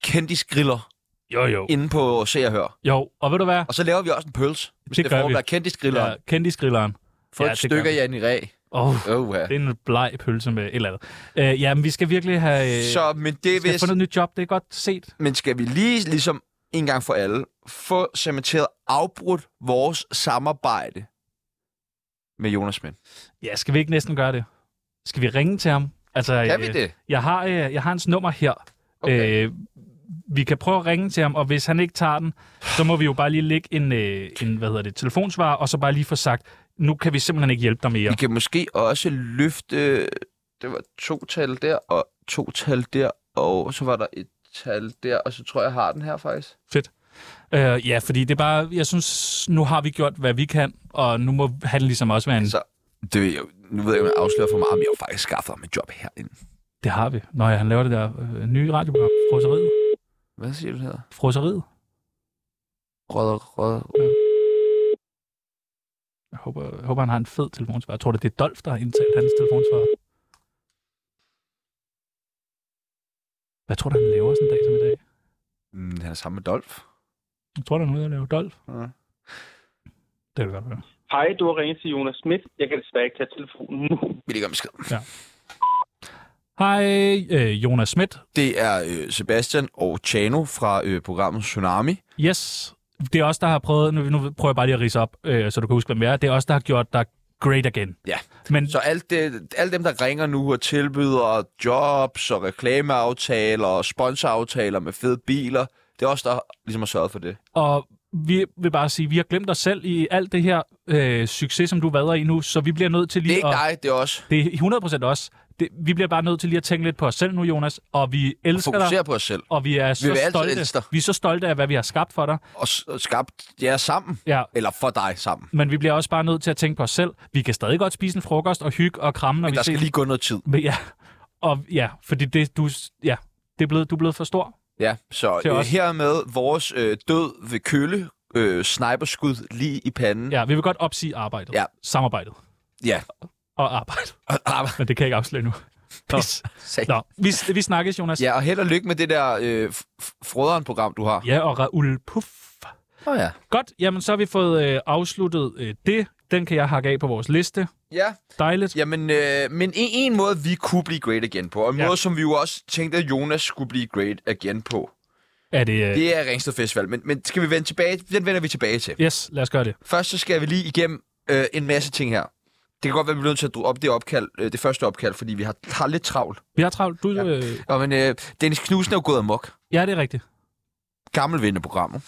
[SPEAKER 3] kendisgriller
[SPEAKER 4] Jo, jo.
[SPEAKER 3] inde på Se og Hør.
[SPEAKER 4] Jo, og ved du hvad?
[SPEAKER 3] Og så laver vi også en pølse. Hvis
[SPEAKER 4] Det
[SPEAKER 3] det, det
[SPEAKER 4] gør
[SPEAKER 3] får
[SPEAKER 4] vi.
[SPEAKER 3] der kendisgriller.
[SPEAKER 4] Ja,
[SPEAKER 3] Ja,
[SPEAKER 4] kendisgrilleren.
[SPEAKER 3] Få
[SPEAKER 4] ja,
[SPEAKER 3] ja,
[SPEAKER 4] det
[SPEAKER 3] et
[SPEAKER 4] gør
[SPEAKER 3] stykke
[SPEAKER 4] vi.
[SPEAKER 3] af Jan i reg.
[SPEAKER 4] Åh, oh,
[SPEAKER 3] Oh, ja.
[SPEAKER 4] det er en bleg pølse med et eller andet. Øh, ja, men vi skal virkelig have... Øh,
[SPEAKER 3] Så, men det er
[SPEAKER 4] skal have
[SPEAKER 3] vist...
[SPEAKER 4] fundet et nyt job, det er godt set.
[SPEAKER 3] Men skal vi lige, ligesom en gang for alle, få cementeret afbrudt vores samarbejde med Jonas Mænd?
[SPEAKER 4] Ja, skal vi ikke næsten gøre det? Skal vi ringe til ham? Altså,
[SPEAKER 3] Kan vi
[SPEAKER 4] øh,
[SPEAKER 3] det?
[SPEAKER 4] Jeg har, øh, jeg har hans nummer her.
[SPEAKER 3] Okay.
[SPEAKER 4] Øh, vi kan prøve at ringe til ham, og hvis han ikke tager den, så må vi jo bare lige lægge en, øh, en hvad hedder det, telefonsvar, og så bare lige få sagt, nu kan vi simpelthen ikke hjælpe dig mere.
[SPEAKER 3] Vi kan måske også løfte... øh, Det var to tal der, og to tal der, og så var der et tal der, og så tror jeg, jeg har den her faktisk.
[SPEAKER 4] Øh, ja, fordi det er bare, jeg synes, nu har vi gjort, hvad vi kan, og nu må han ligesom også være en...
[SPEAKER 3] Så det Altså, ved jeg, jo- nu ved jeg, at jeg afslører for meget, men jeg har jo faktisk skaffet ham et job herinde.
[SPEAKER 4] Det har vi. Nå ja, han laver det der øh, nye radioprogram, Froseriet.
[SPEAKER 3] Hvad siger du, det hedder?
[SPEAKER 4] Froseriet.
[SPEAKER 3] Rødder, rødder.
[SPEAKER 4] Jeg håber, jeg håber, han har en fed telefonsvar. Jeg tror, det er Dolf, der har indtalt hans telefonsvar. Hvad tror du, han laver sådan en dag som i dag?
[SPEAKER 3] Mm, han er sammen med Dolf.
[SPEAKER 4] Jeg tror, der er nogen, der laver Dolf.
[SPEAKER 3] Ja.
[SPEAKER 4] Det kan godt være.
[SPEAKER 6] Hej, du har ringet til Jonas Schmidt. Jeg kan desværre ikke tage telefonen nu.
[SPEAKER 3] Vi lægger besked.
[SPEAKER 4] Hej, øh, Jonas Schmidt.
[SPEAKER 3] Det er øh, Sebastian og Chano fra øh, programmet Tsunami.
[SPEAKER 4] Yes, det er os, der har prøvet... Nu, nu prøver jeg bare lige at rise op, øh, så du kan huske, hvem vi er. Det er os, der har gjort dig great again.
[SPEAKER 3] Ja.
[SPEAKER 4] Men
[SPEAKER 3] Så alt det, alle dem, der ringer nu og tilbyder jobs og reklameaftaler og sponsoraftaler med fede biler, det er også der ligesom har sørget for det.
[SPEAKER 4] Og vi vil bare sige, at vi har glemt os selv i alt det her øh, succes, som du vader i nu, så vi bliver nødt til
[SPEAKER 3] Det er
[SPEAKER 4] lige
[SPEAKER 3] ikke
[SPEAKER 4] at...
[SPEAKER 3] dig, det er os.
[SPEAKER 4] Det er 100% os. Det, vi bliver bare nødt til lige at tænke lidt på os selv nu, Jonas, og vi elsker dig,
[SPEAKER 3] Fokusere på os selv
[SPEAKER 4] og vi er så
[SPEAKER 3] vil altid elske
[SPEAKER 4] stolte.
[SPEAKER 3] dig.
[SPEAKER 4] Vi er så stolte af, hvad vi har skabt for dig.
[SPEAKER 3] og, s- og skabt jer sammen.
[SPEAKER 4] Ja,
[SPEAKER 3] Eller for dig sammen.
[SPEAKER 4] men vi bliver også bare nødt til at tænke på os selv. Vi kan stadig godt spise en frokost og hygge og kramme, når
[SPEAKER 3] Men
[SPEAKER 4] vi
[SPEAKER 3] der
[SPEAKER 4] ses.
[SPEAKER 3] skal lige gå noget tid.
[SPEAKER 4] Men ja, og ja, fordi det, du, ja, det er blevet, du er blevet for stor.
[SPEAKER 3] Ja, så
[SPEAKER 4] Til
[SPEAKER 3] øh,
[SPEAKER 4] os.
[SPEAKER 3] hermed vores øh, død ved kølle, øh, sniperskud lige i panden.
[SPEAKER 4] Ja, vi vil godt opsige arbejdet.
[SPEAKER 3] Mm. Ja.
[SPEAKER 4] Samarbejdet.
[SPEAKER 3] Ja.
[SPEAKER 4] Og arbejdet.
[SPEAKER 3] (laughs) Ah,
[SPEAKER 4] Men det kan jeg ikke afsløre nu. Pis.
[SPEAKER 3] sag.
[SPEAKER 4] Nå, vi, vi snakkes, Jonas.
[SPEAKER 3] ja, og held og lykke med det der øh, f- f- froderen-program, du har.
[SPEAKER 4] Ja, og Raoul Puff.
[SPEAKER 3] Åh oh, ja.
[SPEAKER 4] Godt, jamen så har vi fået øh, afsluttet øh, det. Den kan jeg hakke af på vores liste.
[SPEAKER 3] Ja,
[SPEAKER 4] Dejligt.
[SPEAKER 3] jamen, øh, men en, en måde, vi kunne blive great igen på, og en
[SPEAKER 4] Ja.
[SPEAKER 3] ja. måde, som vi jo også tænkte, at Jonas skulle blive great igen på,
[SPEAKER 4] Er det... Øh,
[SPEAKER 3] det er Ringsted Festival. Men, men skal vi vende tilbage? Den vender vi tilbage til.
[SPEAKER 4] yes, lad os gøre det.
[SPEAKER 3] Først så skal vi lige igennem øh, en masse ting her. Det kan godt være, at vi bliver nødt til at droppe det opkald, øh, det første opkald, fordi vi har, har lidt travlt.
[SPEAKER 4] Vi har travlt. Du, ja.
[SPEAKER 3] Ja.
[SPEAKER 4] Øh,
[SPEAKER 3] Nå, men øh, Dennis Knudsen er jo gået amok.
[SPEAKER 4] ja, det er rigtigt.
[SPEAKER 3] gammel vinderprogrammet.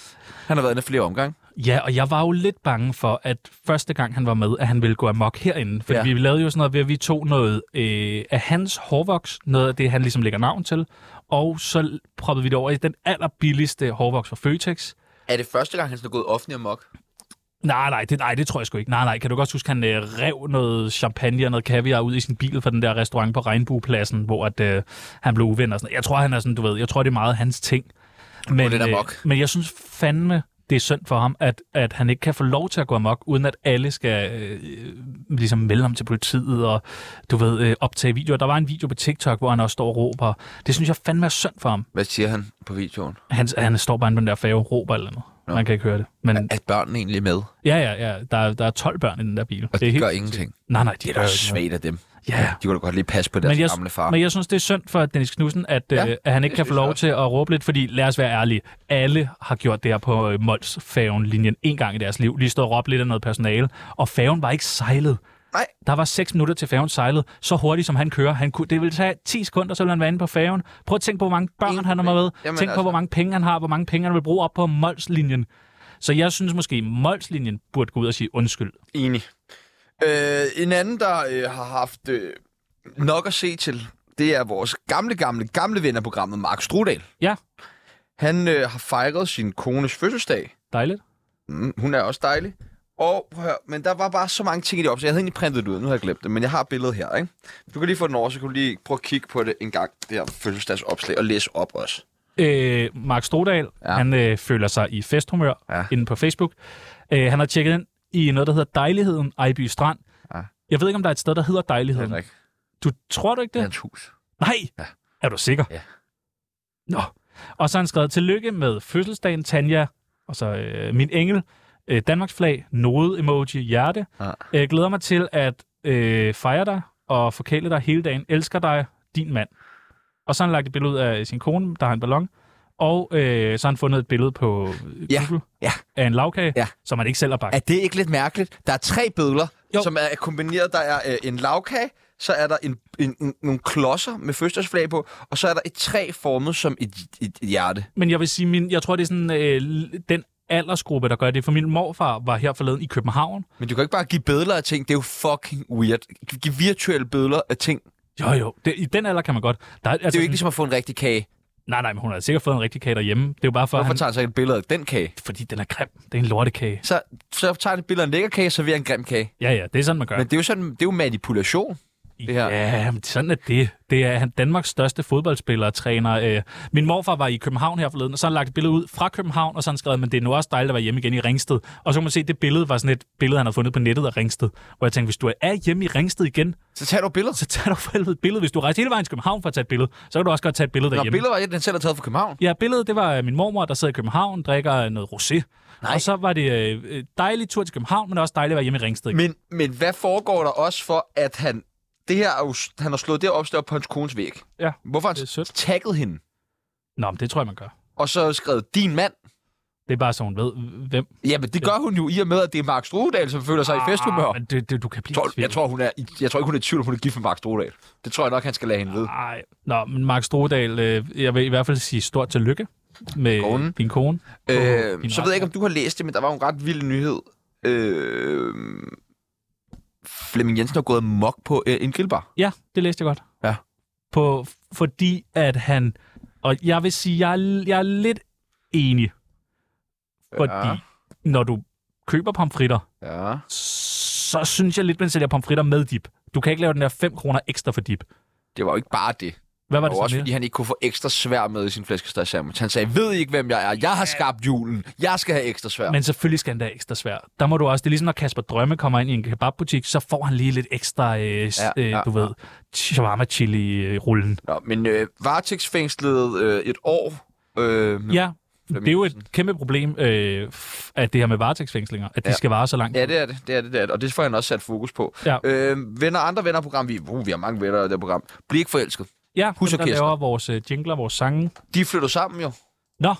[SPEAKER 3] Han har været inde flere omgange.
[SPEAKER 4] Ja, og jeg var jo lidt bange for, at første gang han var med, at han ville gå amok herinde. Fordi
[SPEAKER 3] Ja.
[SPEAKER 4] ja. vi lavede jo sådan noget ved, at vi tog noget øh, af hans hårvoks, noget af det, han ligesom lægger navn til, og så proppede vi det over i den allerbilligste hårvoks fra Føtex.
[SPEAKER 3] Er det første gang, han sådan er gået offentlig amok?
[SPEAKER 4] Nej, nej det, nej, det tror jeg sgu ikke. Nej, nej, kan du godt huske, han øh, rev noget champagne og noget kaviar ud i sin bil fra den der restaurant på Regnbuepladsen, hvor at, øh, han blev uven og sådan noget. Jeg tror, han er sådan, du ved, jeg tror, det er meget hans ting. Men,
[SPEAKER 3] det er da
[SPEAKER 4] øh,
[SPEAKER 3] mok.
[SPEAKER 4] men jeg synes fandme, det er synd for ham, at, at han ikke kan få lov til at gå amok, uden at alle skal øh, ligesom melde ham til politiet og du ved, øh, optage videoer. Der var en video på TikTok, hvor han også står og råber. Det synes jeg fandme er synd for ham.
[SPEAKER 3] Hvad siger han på videoen?
[SPEAKER 4] Han, han står bare inde på den der fave og råber eller noget.
[SPEAKER 3] Nå.
[SPEAKER 4] Man kan ikke høre det. Men,
[SPEAKER 3] Er børnene egentlig med?
[SPEAKER 4] Ja, ja, ja. Der, er- der er 12 børn i den der bil.
[SPEAKER 3] Og det de gør ingenting.
[SPEAKER 4] Nej, nej, de
[SPEAKER 3] Det er da
[SPEAKER 4] gør ikke
[SPEAKER 3] også
[SPEAKER 4] noget.
[SPEAKER 3] svagt af dem.
[SPEAKER 4] Ja,
[SPEAKER 3] De kunne da godt lige passe på deres
[SPEAKER 4] men jeg,
[SPEAKER 3] gamle far.
[SPEAKER 4] men jeg synes, det er synd for Dennis Knudsen, at,
[SPEAKER 3] Ja,
[SPEAKER 4] ja, øh, at han ikke
[SPEAKER 3] det
[SPEAKER 4] kan
[SPEAKER 3] synes
[SPEAKER 4] få
[SPEAKER 3] jeg
[SPEAKER 4] lov
[SPEAKER 3] også.
[SPEAKER 4] til at råbe lidt, fordi lad os være ærlige, alle har gjort det her på øh, Mols-færgen-linjen en gang i deres liv, lige stået og råbt lidt af noget personale, og færgen var ikke sejlet.
[SPEAKER 3] Nej.
[SPEAKER 4] Der var 6 minutter til færgen sejlede, så hurtigt som han kører. Han kunne, det ville tage 10 sekunder, så ville han være inde på færgen. Prøv at tænke på, hvor mange børn
[SPEAKER 3] Ingen
[SPEAKER 4] han har
[SPEAKER 3] problem.
[SPEAKER 4] med.
[SPEAKER 3] Jamen
[SPEAKER 4] Jamen, Tænk altså.
[SPEAKER 3] altså.
[SPEAKER 4] på, hvor mange penge han har, hvor mange penge han vil bruge op på Mols-linjen. Så jeg synes måske, Mols-linjen burde gå ud og sige undskyld.
[SPEAKER 3] Enig. Øh, en anden, der øh, har haft øh, nok at se til, det er vores gamle, gamle, gamle ven af programmet, Mark Strudal.
[SPEAKER 4] Ja.
[SPEAKER 3] Han øh, har fejret sin kones fødselsdag.
[SPEAKER 4] Dejligt.
[SPEAKER 3] Mm, hun er også dejlig. Og prøv at høre, men der var bare så mange ting i det op, så jeg havde egentlig printet det ud. Nu har jeg glemt det, men jeg har billedet her, ikke? Du kan lige få den over, så kan du lige prøve at kigge på det en gang, det her fødselsdagsopslag, og læse op også.
[SPEAKER 4] Øh, Mark Strodal,
[SPEAKER 3] Ja.
[SPEAKER 4] ja. han øh, føler sig i festhumør
[SPEAKER 3] Ja.
[SPEAKER 4] ja. inde på Facebook. Øh, han har tjekket ind i noget, der hedder Dejligheden, Ejby Strand.
[SPEAKER 3] Ja.
[SPEAKER 4] Ja. Jeg ved ikke, om der er et sted, der hedder Dejligheden.
[SPEAKER 3] Henrik,
[SPEAKER 4] Du tror du ikke
[SPEAKER 3] det er
[SPEAKER 4] det?
[SPEAKER 3] hans hus.
[SPEAKER 4] Nej!
[SPEAKER 3] Ja.
[SPEAKER 4] Er du sikker?
[SPEAKER 3] Ja.
[SPEAKER 4] Nå. Og så har han skrevet, tillykke med fødselsdagen, Tanja, og så øh, min engel, øh, Danmarks flag, node emoji, hjerte.
[SPEAKER 3] Ja.
[SPEAKER 4] Øh, glæder mig til at øh, fejre dig og forkæle dig hele dagen. Elsker dig, din mand. Og så har han lagt et billede ud af sin kone, der har en ballon. Og øh, så har han fundet et billede på øh,
[SPEAKER 3] Ja,
[SPEAKER 4] Google
[SPEAKER 3] ja.
[SPEAKER 4] af en lavkage,
[SPEAKER 3] Ja.
[SPEAKER 4] som han ikke selv har bagt.
[SPEAKER 3] Er det ikke lidt mærkeligt? Der er tre billeder, jo.
[SPEAKER 4] Jo.
[SPEAKER 3] som er kombineret. Der er øh, en lavkage, så er der en, en, en, nogle klodser med fødselsdagsflag på, og så er der et træ formet som et, et, et hjerte.
[SPEAKER 4] Men jeg vil sige, min, jeg tror, det er sådan øh, l- den aldersgruppe, der gør det. For min morfar var her forleden i København,
[SPEAKER 3] Men du kan ikke bare give billeder af ting. Det er jo fucking weird. Gi- Give virtuelle billeder af ting. Det
[SPEAKER 4] Jo, jo. Det, I den alder kan man godt. Der, er- altså,
[SPEAKER 3] er jo ikke ligesom at få en rigtig kage.
[SPEAKER 4] Nej, nej, men hun har sikkert fået en rigtig kage derhjemme. Det er jo bare for,
[SPEAKER 3] Hvorfor
[SPEAKER 4] han,
[SPEAKER 3] tager han så ikke et billede af den kage?
[SPEAKER 4] fordi den er grim. Det er en lortekage.
[SPEAKER 3] Så, så tager han et billede af en lækker kage, så vil han en grim kage.
[SPEAKER 4] Ja, ja, det er sådan, man gør.
[SPEAKER 3] Men det er jo, sådan, det er jo manipulation. det her.
[SPEAKER 4] Ja, men sådan er det. Det er han Danmarks største fodboldspiller og træner. Øh, Min morfar var i København her forleden, og så har han lagt et billede ud fra København, og så har han skrevet, men det er nu også dejligt at være hjemme igen i Ringsted. Og så kan man se, at det billede var sådan et billede, han havde fundet på nettet af Ringsted. Hvor jeg tænkte, hvis du er hjemme i Ringsted igen,
[SPEAKER 3] Så tager du billeder.
[SPEAKER 4] så tag dig for helvede et billede. Hvis du rejser hele vejen til København for at tage et billede, så kan du også godt tage et billede
[SPEAKER 3] Nå,
[SPEAKER 4] derhjemme.
[SPEAKER 3] billeder var et, den selv har taget fra København.
[SPEAKER 4] Ja, billedet, det var øh, min mormor, der sidder i København, drikker øh, noget rosé.
[SPEAKER 3] Nej.
[SPEAKER 4] Og så var det øh, øh, dejlig tur til København, men også dejligt at være hjemme i Ringsted. Men...
[SPEAKER 3] Men, men hvad foregår der også for, at han... Det her er jo, han har slået det opslag op på hans kones væg.
[SPEAKER 4] Ja,
[SPEAKER 3] Hvorfor har
[SPEAKER 4] det er
[SPEAKER 3] han
[SPEAKER 4] sødt.
[SPEAKER 3] tagget hende?
[SPEAKER 4] Nå, men det tror jeg, man gør.
[SPEAKER 3] Og så skrevet, din mand.
[SPEAKER 4] Det er bare så, hun ved, øh, hvem...
[SPEAKER 3] Jamen, det gør hun jo i og med, at det er Mark Strudal, som føler sig i festhumør.
[SPEAKER 4] Ah, men det, det, du kan blive
[SPEAKER 3] Jeg tror, jeg, tror, hun er, i- jeg tror ikke, hun er i tvivl, om hun er gift med Mark Strudal. Det tror jeg nok, han skal lade hende vide.
[SPEAKER 4] Nej, Nå, men Mark Strodal, øh, jeg vil i hvert fald sige stort tillykke med
[SPEAKER 3] Konen.
[SPEAKER 4] din kone. Åh,
[SPEAKER 3] Øh,
[SPEAKER 4] din
[SPEAKER 3] så ved jeg ikke, om du har læst det, men der var jo en ret vild nyhed. Øh, Flemming Jensen har gået mok på øh, en grillbar.
[SPEAKER 4] Ja, det læste jeg godt.
[SPEAKER 3] Ja.
[SPEAKER 4] På, fordi at han... Og jeg vil sige, jeg er, jeg er lidt enig. Fordi
[SPEAKER 3] Ja.
[SPEAKER 4] når du køber pomfritter,
[SPEAKER 3] Ja.
[SPEAKER 4] så synes jeg lidt, man sælger pomfritter med dip. Du kan ikke lave den der 5 kroner ekstra for dip.
[SPEAKER 3] Det var jo ikke bare det.
[SPEAKER 4] Hvad var
[SPEAKER 3] Og
[SPEAKER 4] det,
[SPEAKER 3] også
[SPEAKER 4] så
[SPEAKER 3] fordi
[SPEAKER 4] mere?
[SPEAKER 3] han ikke kunne få ekstra svær med i sin flæskesteg sandwich. Han sagde, ved I ikke, hvem jeg er? Jeg har skabt julen. Jeg skal have ekstra svær. Men,
[SPEAKER 4] Men selvfølgelig skal den der ekstra svær. Der må du også, det er ligesom når Kasper Drømme kommer ind i en kebabbutik, så får han lige lidt ekstra, øh,
[SPEAKER 3] Ja,
[SPEAKER 4] ja, øh,
[SPEAKER 3] ja,
[SPEAKER 4] du ved, shawarma chili øh, rullen.
[SPEAKER 3] Nå, men øh, varetægtsfængslet øh, et år. Øh, nu-
[SPEAKER 4] Ja, det er jo
[SPEAKER 3] Jensen.
[SPEAKER 4] et kæmpe problem, øh, f- at det her med varetægtsfængslinger, at de
[SPEAKER 3] Ja.
[SPEAKER 4] ja. skal vare så langt.
[SPEAKER 3] Ja, det er det. Det er det, det er det. Og det får han også sat fokus på.
[SPEAKER 4] Ja.
[SPEAKER 3] Øh, venner andre venner program. Vi, uh, vi har mange venner i det her program. Bliv ikke forelsket.
[SPEAKER 4] ja dem, der
[SPEAKER 3] husorkester.
[SPEAKER 4] laver vores øh, jingler, vores sange.
[SPEAKER 3] De flytter sammen jo.
[SPEAKER 4] Nå,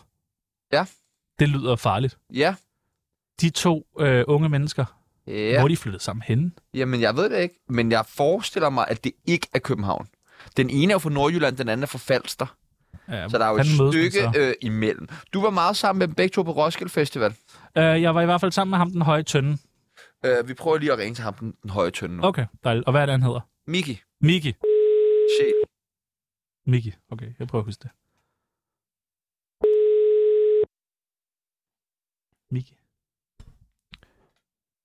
[SPEAKER 3] Ja.
[SPEAKER 4] det lyder farligt.
[SPEAKER 3] Ja.
[SPEAKER 4] De to øh, unge mennesker, ja.
[SPEAKER 3] Ja.
[SPEAKER 4] hvor er de flyttede sammen henne?
[SPEAKER 3] Jamen, jeg ved det ikke. Men jeg forestiller mig, at det ikke er København. Den ene er jo fra Nordjylland, den anden er fra Falster.
[SPEAKER 4] Ja,
[SPEAKER 3] Så der er jo et
[SPEAKER 4] fanden mødes man
[SPEAKER 3] stykke
[SPEAKER 4] så?
[SPEAKER 3] øh, imellem. Du var meget sammen med dem begge to på Roskilde Festival.
[SPEAKER 4] Øh, jeg var i hvert fald sammen med ham, den høje tønde.
[SPEAKER 3] Øh, vi prøver lige at ringe til ham, den, den høje tønde nu. Okay.
[SPEAKER 4] Okay, dejligt. Og hvad er det, han hedder?
[SPEAKER 3] Miki.
[SPEAKER 4] Miki.
[SPEAKER 3] Shit.
[SPEAKER 4] Miki. Okay, jeg prøver at huske det. Miki.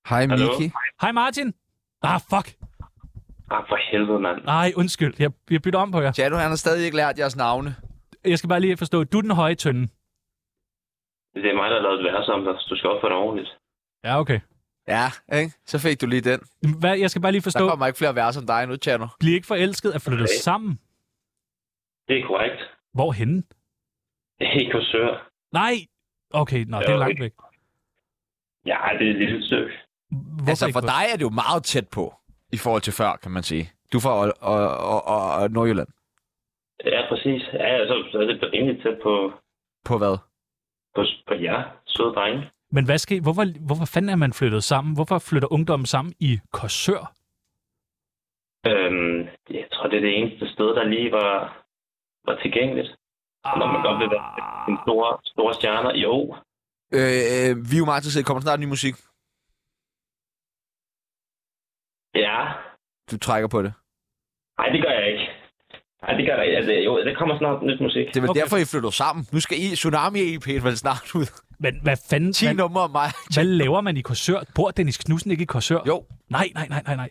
[SPEAKER 3] Hej,
[SPEAKER 6] Hallo?
[SPEAKER 3] Miki.
[SPEAKER 4] Hej Martin! Ah, fuck!
[SPEAKER 6] Ah, for helvede, mand.
[SPEAKER 4] Ej, undskyld. Jeg, jeg bytter om på jer.
[SPEAKER 3] Jadu, han har stadig ikke lært jeres navne.
[SPEAKER 4] Jeg skal bare lige forstå, du er den høje tønde.
[SPEAKER 6] Det er mig, der har lavet et vers om dig, så du skal opføre dig ordentligt.
[SPEAKER 4] Ja, okay.
[SPEAKER 3] Ja, ikke? Så fik du lige den.
[SPEAKER 4] Hvad, jeg skal bare lige
[SPEAKER 3] Der
[SPEAKER 4] forstå,
[SPEAKER 3] kommer ikke flere vers om dig nu, Jadu.
[SPEAKER 4] bliver ikke forelsket at flytte
[SPEAKER 6] Okay.
[SPEAKER 4] sammen?
[SPEAKER 6] Det er korrekt.
[SPEAKER 4] Hvorhenne?
[SPEAKER 6] Det er ikke kursør.
[SPEAKER 4] Nej! Okay, nå, det er
[SPEAKER 6] Jo, altså,
[SPEAKER 4] langt
[SPEAKER 6] ikke.
[SPEAKER 4] væk.
[SPEAKER 6] Ja, det er et lille stykke.
[SPEAKER 4] Hvorfor
[SPEAKER 3] Altså,
[SPEAKER 4] ikke
[SPEAKER 3] for dig er det jo meget tæt på, i forhold til før, kan man sige. Du er fra Ol- og, og, og, og Nordjylland.
[SPEAKER 6] Ja, præcis. Ja, altså, så er det rimelig tæt på,
[SPEAKER 3] På hvad?
[SPEAKER 6] på, på jer, søde drenge.
[SPEAKER 4] Men hvad sker, hvorfor, hvorfor fanden er man flyttet sammen? Hvorfor flytter ungdommen sammen i Korsør?
[SPEAKER 6] Øhm, jeg tror, det er det eneste sted, der lige var, var tilgængeligt. Og når man godt vil være en stor, store stjerner, jo,
[SPEAKER 3] Øh, øh, vi er jo meget til at Kommer snart ny musik?
[SPEAKER 6] ja,
[SPEAKER 3] Du trækker på det.
[SPEAKER 6] Nej, det gør jeg ikke. Nej, det gør jeg ikke. Altså, jo, der kommer snart nyt musik.
[SPEAKER 3] Det er vel okay.
[SPEAKER 4] Okay.
[SPEAKER 3] derfor, I flytter sammen. Nu skal I Tsunami-EP'en vel snart ud.
[SPEAKER 4] Men hvad fanden,
[SPEAKER 3] 10
[SPEAKER 4] hvad,
[SPEAKER 3] numre om mig.
[SPEAKER 4] hvad laver man i Korsør? Bor Dennis Knudsen ikke i Korsør?
[SPEAKER 3] Jo.
[SPEAKER 4] Nej, nej, nej, nej, nej.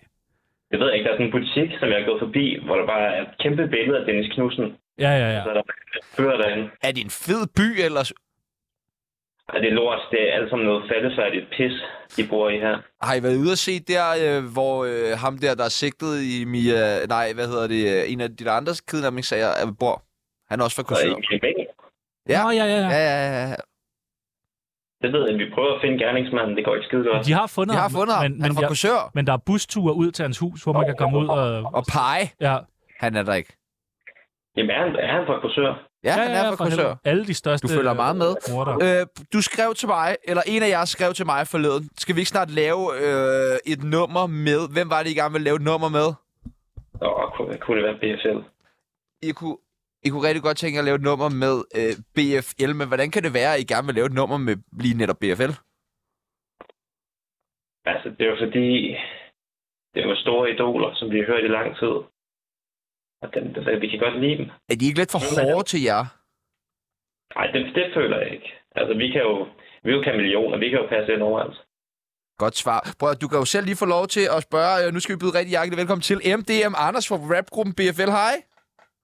[SPEAKER 6] Jeg ved ikke, der er sådan en butik, som jeg er gået forbi, hvor der bare er et kæmpe billede af Dennis Knudsen.
[SPEAKER 4] Ja, ja, ja.
[SPEAKER 6] Så er der fører derinde.
[SPEAKER 3] Er det en fed by ellers?
[SPEAKER 6] Ej, det er lort. Det er alt sammen noget faldefærdigt pis, de bor i her.
[SPEAKER 3] Har I været ude at se der, øh, hvor øh, ham der, der er sigtet i Mia... Nej, hvad hedder det? øh, En af de andre kidnappingssager er bor. øh, Han er også fra
[SPEAKER 6] Og
[SPEAKER 3] Korsør.
[SPEAKER 6] i Clemen.
[SPEAKER 3] Ja.
[SPEAKER 4] Nå, ja, ja,
[SPEAKER 3] Ja,
[SPEAKER 4] ja.
[SPEAKER 3] ja, ja.
[SPEAKER 6] Det ved jeg, vi prøver at finde gerningsmanden. Det går ikke skide godt.
[SPEAKER 4] De har fundet
[SPEAKER 3] Jeg har
[SPEAKER 4] ham,
[SPEAKER 3] fundet ham.
[SPEAKER 4] men,
[SPEAKER 3] Han er
[SPEAKER 4] men,
[SPEAKER 3] fra
[SPEAKER 4] jeg,
[SPEAKER 3] Korsør.
[SPEAKER 4] men der er busture ud til hans hus, hvor man kan komme ud og...
[SPEAKER 3] Og pege.
[SPEAKER 4] Ja,
[SPEAKER 3] Han er der ikke.
[SPEAKER 6] Jamen, er han, er han fra Korsør?
[SPEAKER 3] Ja, han er fra
[SPEAKER 4] for helvede.
[SPEAKER 3] Korsør.
[SPEAKER 4] Alle de største...
[SPEAKER 3] Du følger meget med.
[SPEAKER 4] Morder.
[SPEAKER 3] Øh, du skrev til mig, eller en af jer skrev til mig forleden. Skal vi ikke snart lave øh, et nummer med? Hvem var det, I gerne ville lave et nummer med?
[SPEAKER 6] Åh, kunne, kunne det være BFL?
[SPEAKER 3] I kunne, I kunne rigtig godt tænke jer at lave et nummer med øh, BFL, men hvordan kan det være, at I gerne vil lave et nummer med lige netop BFL?
[SPEAKER 6] Altså, det var fordi, det var store idoler, som vi har hørt i lang tid. Og dem, vi kan godt lide dem.
[SPEAKER 3] Er de ikke lidt for hårde til jer?
[SPEAKER 6] Nej, det, det føler jeg ikke. Altså, vi kan jo, vi er jo kameleoner, vi kan jo passe ind overalt.
[SPEAKER 3] Godt svar. Prøv at, du kan jo selv lige få lov til at spørge. Øh, nu skal vi byde rigtig hjertelig velkommen til MDM Anders fra rapgruppen BFL. Hej.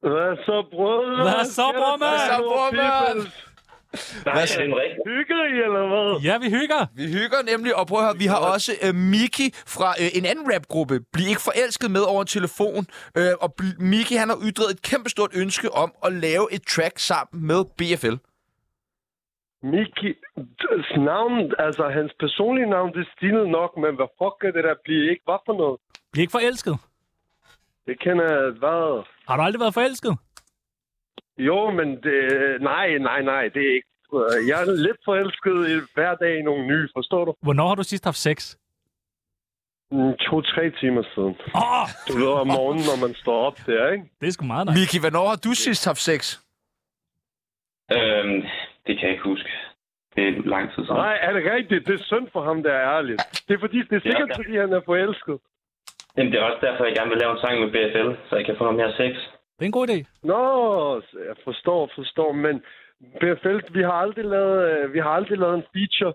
[SPEAKER 5] Hvad så, brødre?
[SPEAKER 4] Hvad så, bror, mand?
[SPEAKER 3] Hvad så, bror, mand?
[SPEAKER 6] Nej,
[SPEAKER 3] Hvad
[SPEAKER 6] det er en rigtig.
[SPEAKER 5] Hygger I, eller hvad?
[SPEAKER 4] Ja, vi hygger.
[SPEAKER 3] Vi hygger nemlig, og prøv at høre, vi har også øh, Miki fra øh, en anden rapgruppe, Bliv ikke forelsket med over en telefon. Øh, og Bl- Miki, han har ytret et kæmpestort ønske om at lave et track sammen med BFL.
[SPEAKER 5] Miki, hans navn, altså hans personlige navn, det stilede nok, men hvad fuck er det der bliver ikke? Hvad for noget?
[SPEAKER 4] Bliv ikke forelsket.
[SPEAKER 5] Det kender jeg, hvad?
[SPEAKER 4] Har du aldrig været forelsket?
[SPEAKER 5] Jo, men det, nej, nej, nej, det er ikke. Jeg er lidt forelsket i- hver dag i nogle nye, forstår du?
[SPEAKER 4] Hvornår har du sidst haft sex?
[SPEAKER 5] Mm, To-tre timer siden.
[SPEAKER 4] Åh, oh,
[SPEAKER 5] Du ved om morgenen, når man står op der, ikke?
[SPEAKER 4] det er sgu meget nice.
[SPEAKER 3] Miki, hvornår har du sidst haft sex?
[SPEAKER 6] Øhm, det kan jeg ikke huske. Det er lang tid siden.
[SPEAKER 5] Nej, er det rigtigt? Det er synd for ham, der er ærligt. Det er, fordi, det er sikkert,
[SPEAKER 6] Ja.
[SPEAKER 5] fordi han er forelsket.
[SPEAKER 6] Jamen, det er også derfor, jeg gerne vil lave en sang med BFL, så jeg kan få noget mere sex.
[SPEAKER 4] Det er en god idé.
[SPEAKER 5] Nå, så jeg forstår, forstår, men Befelt, vi har aldrig lavet, øh, vi har aldrig lavet en feature,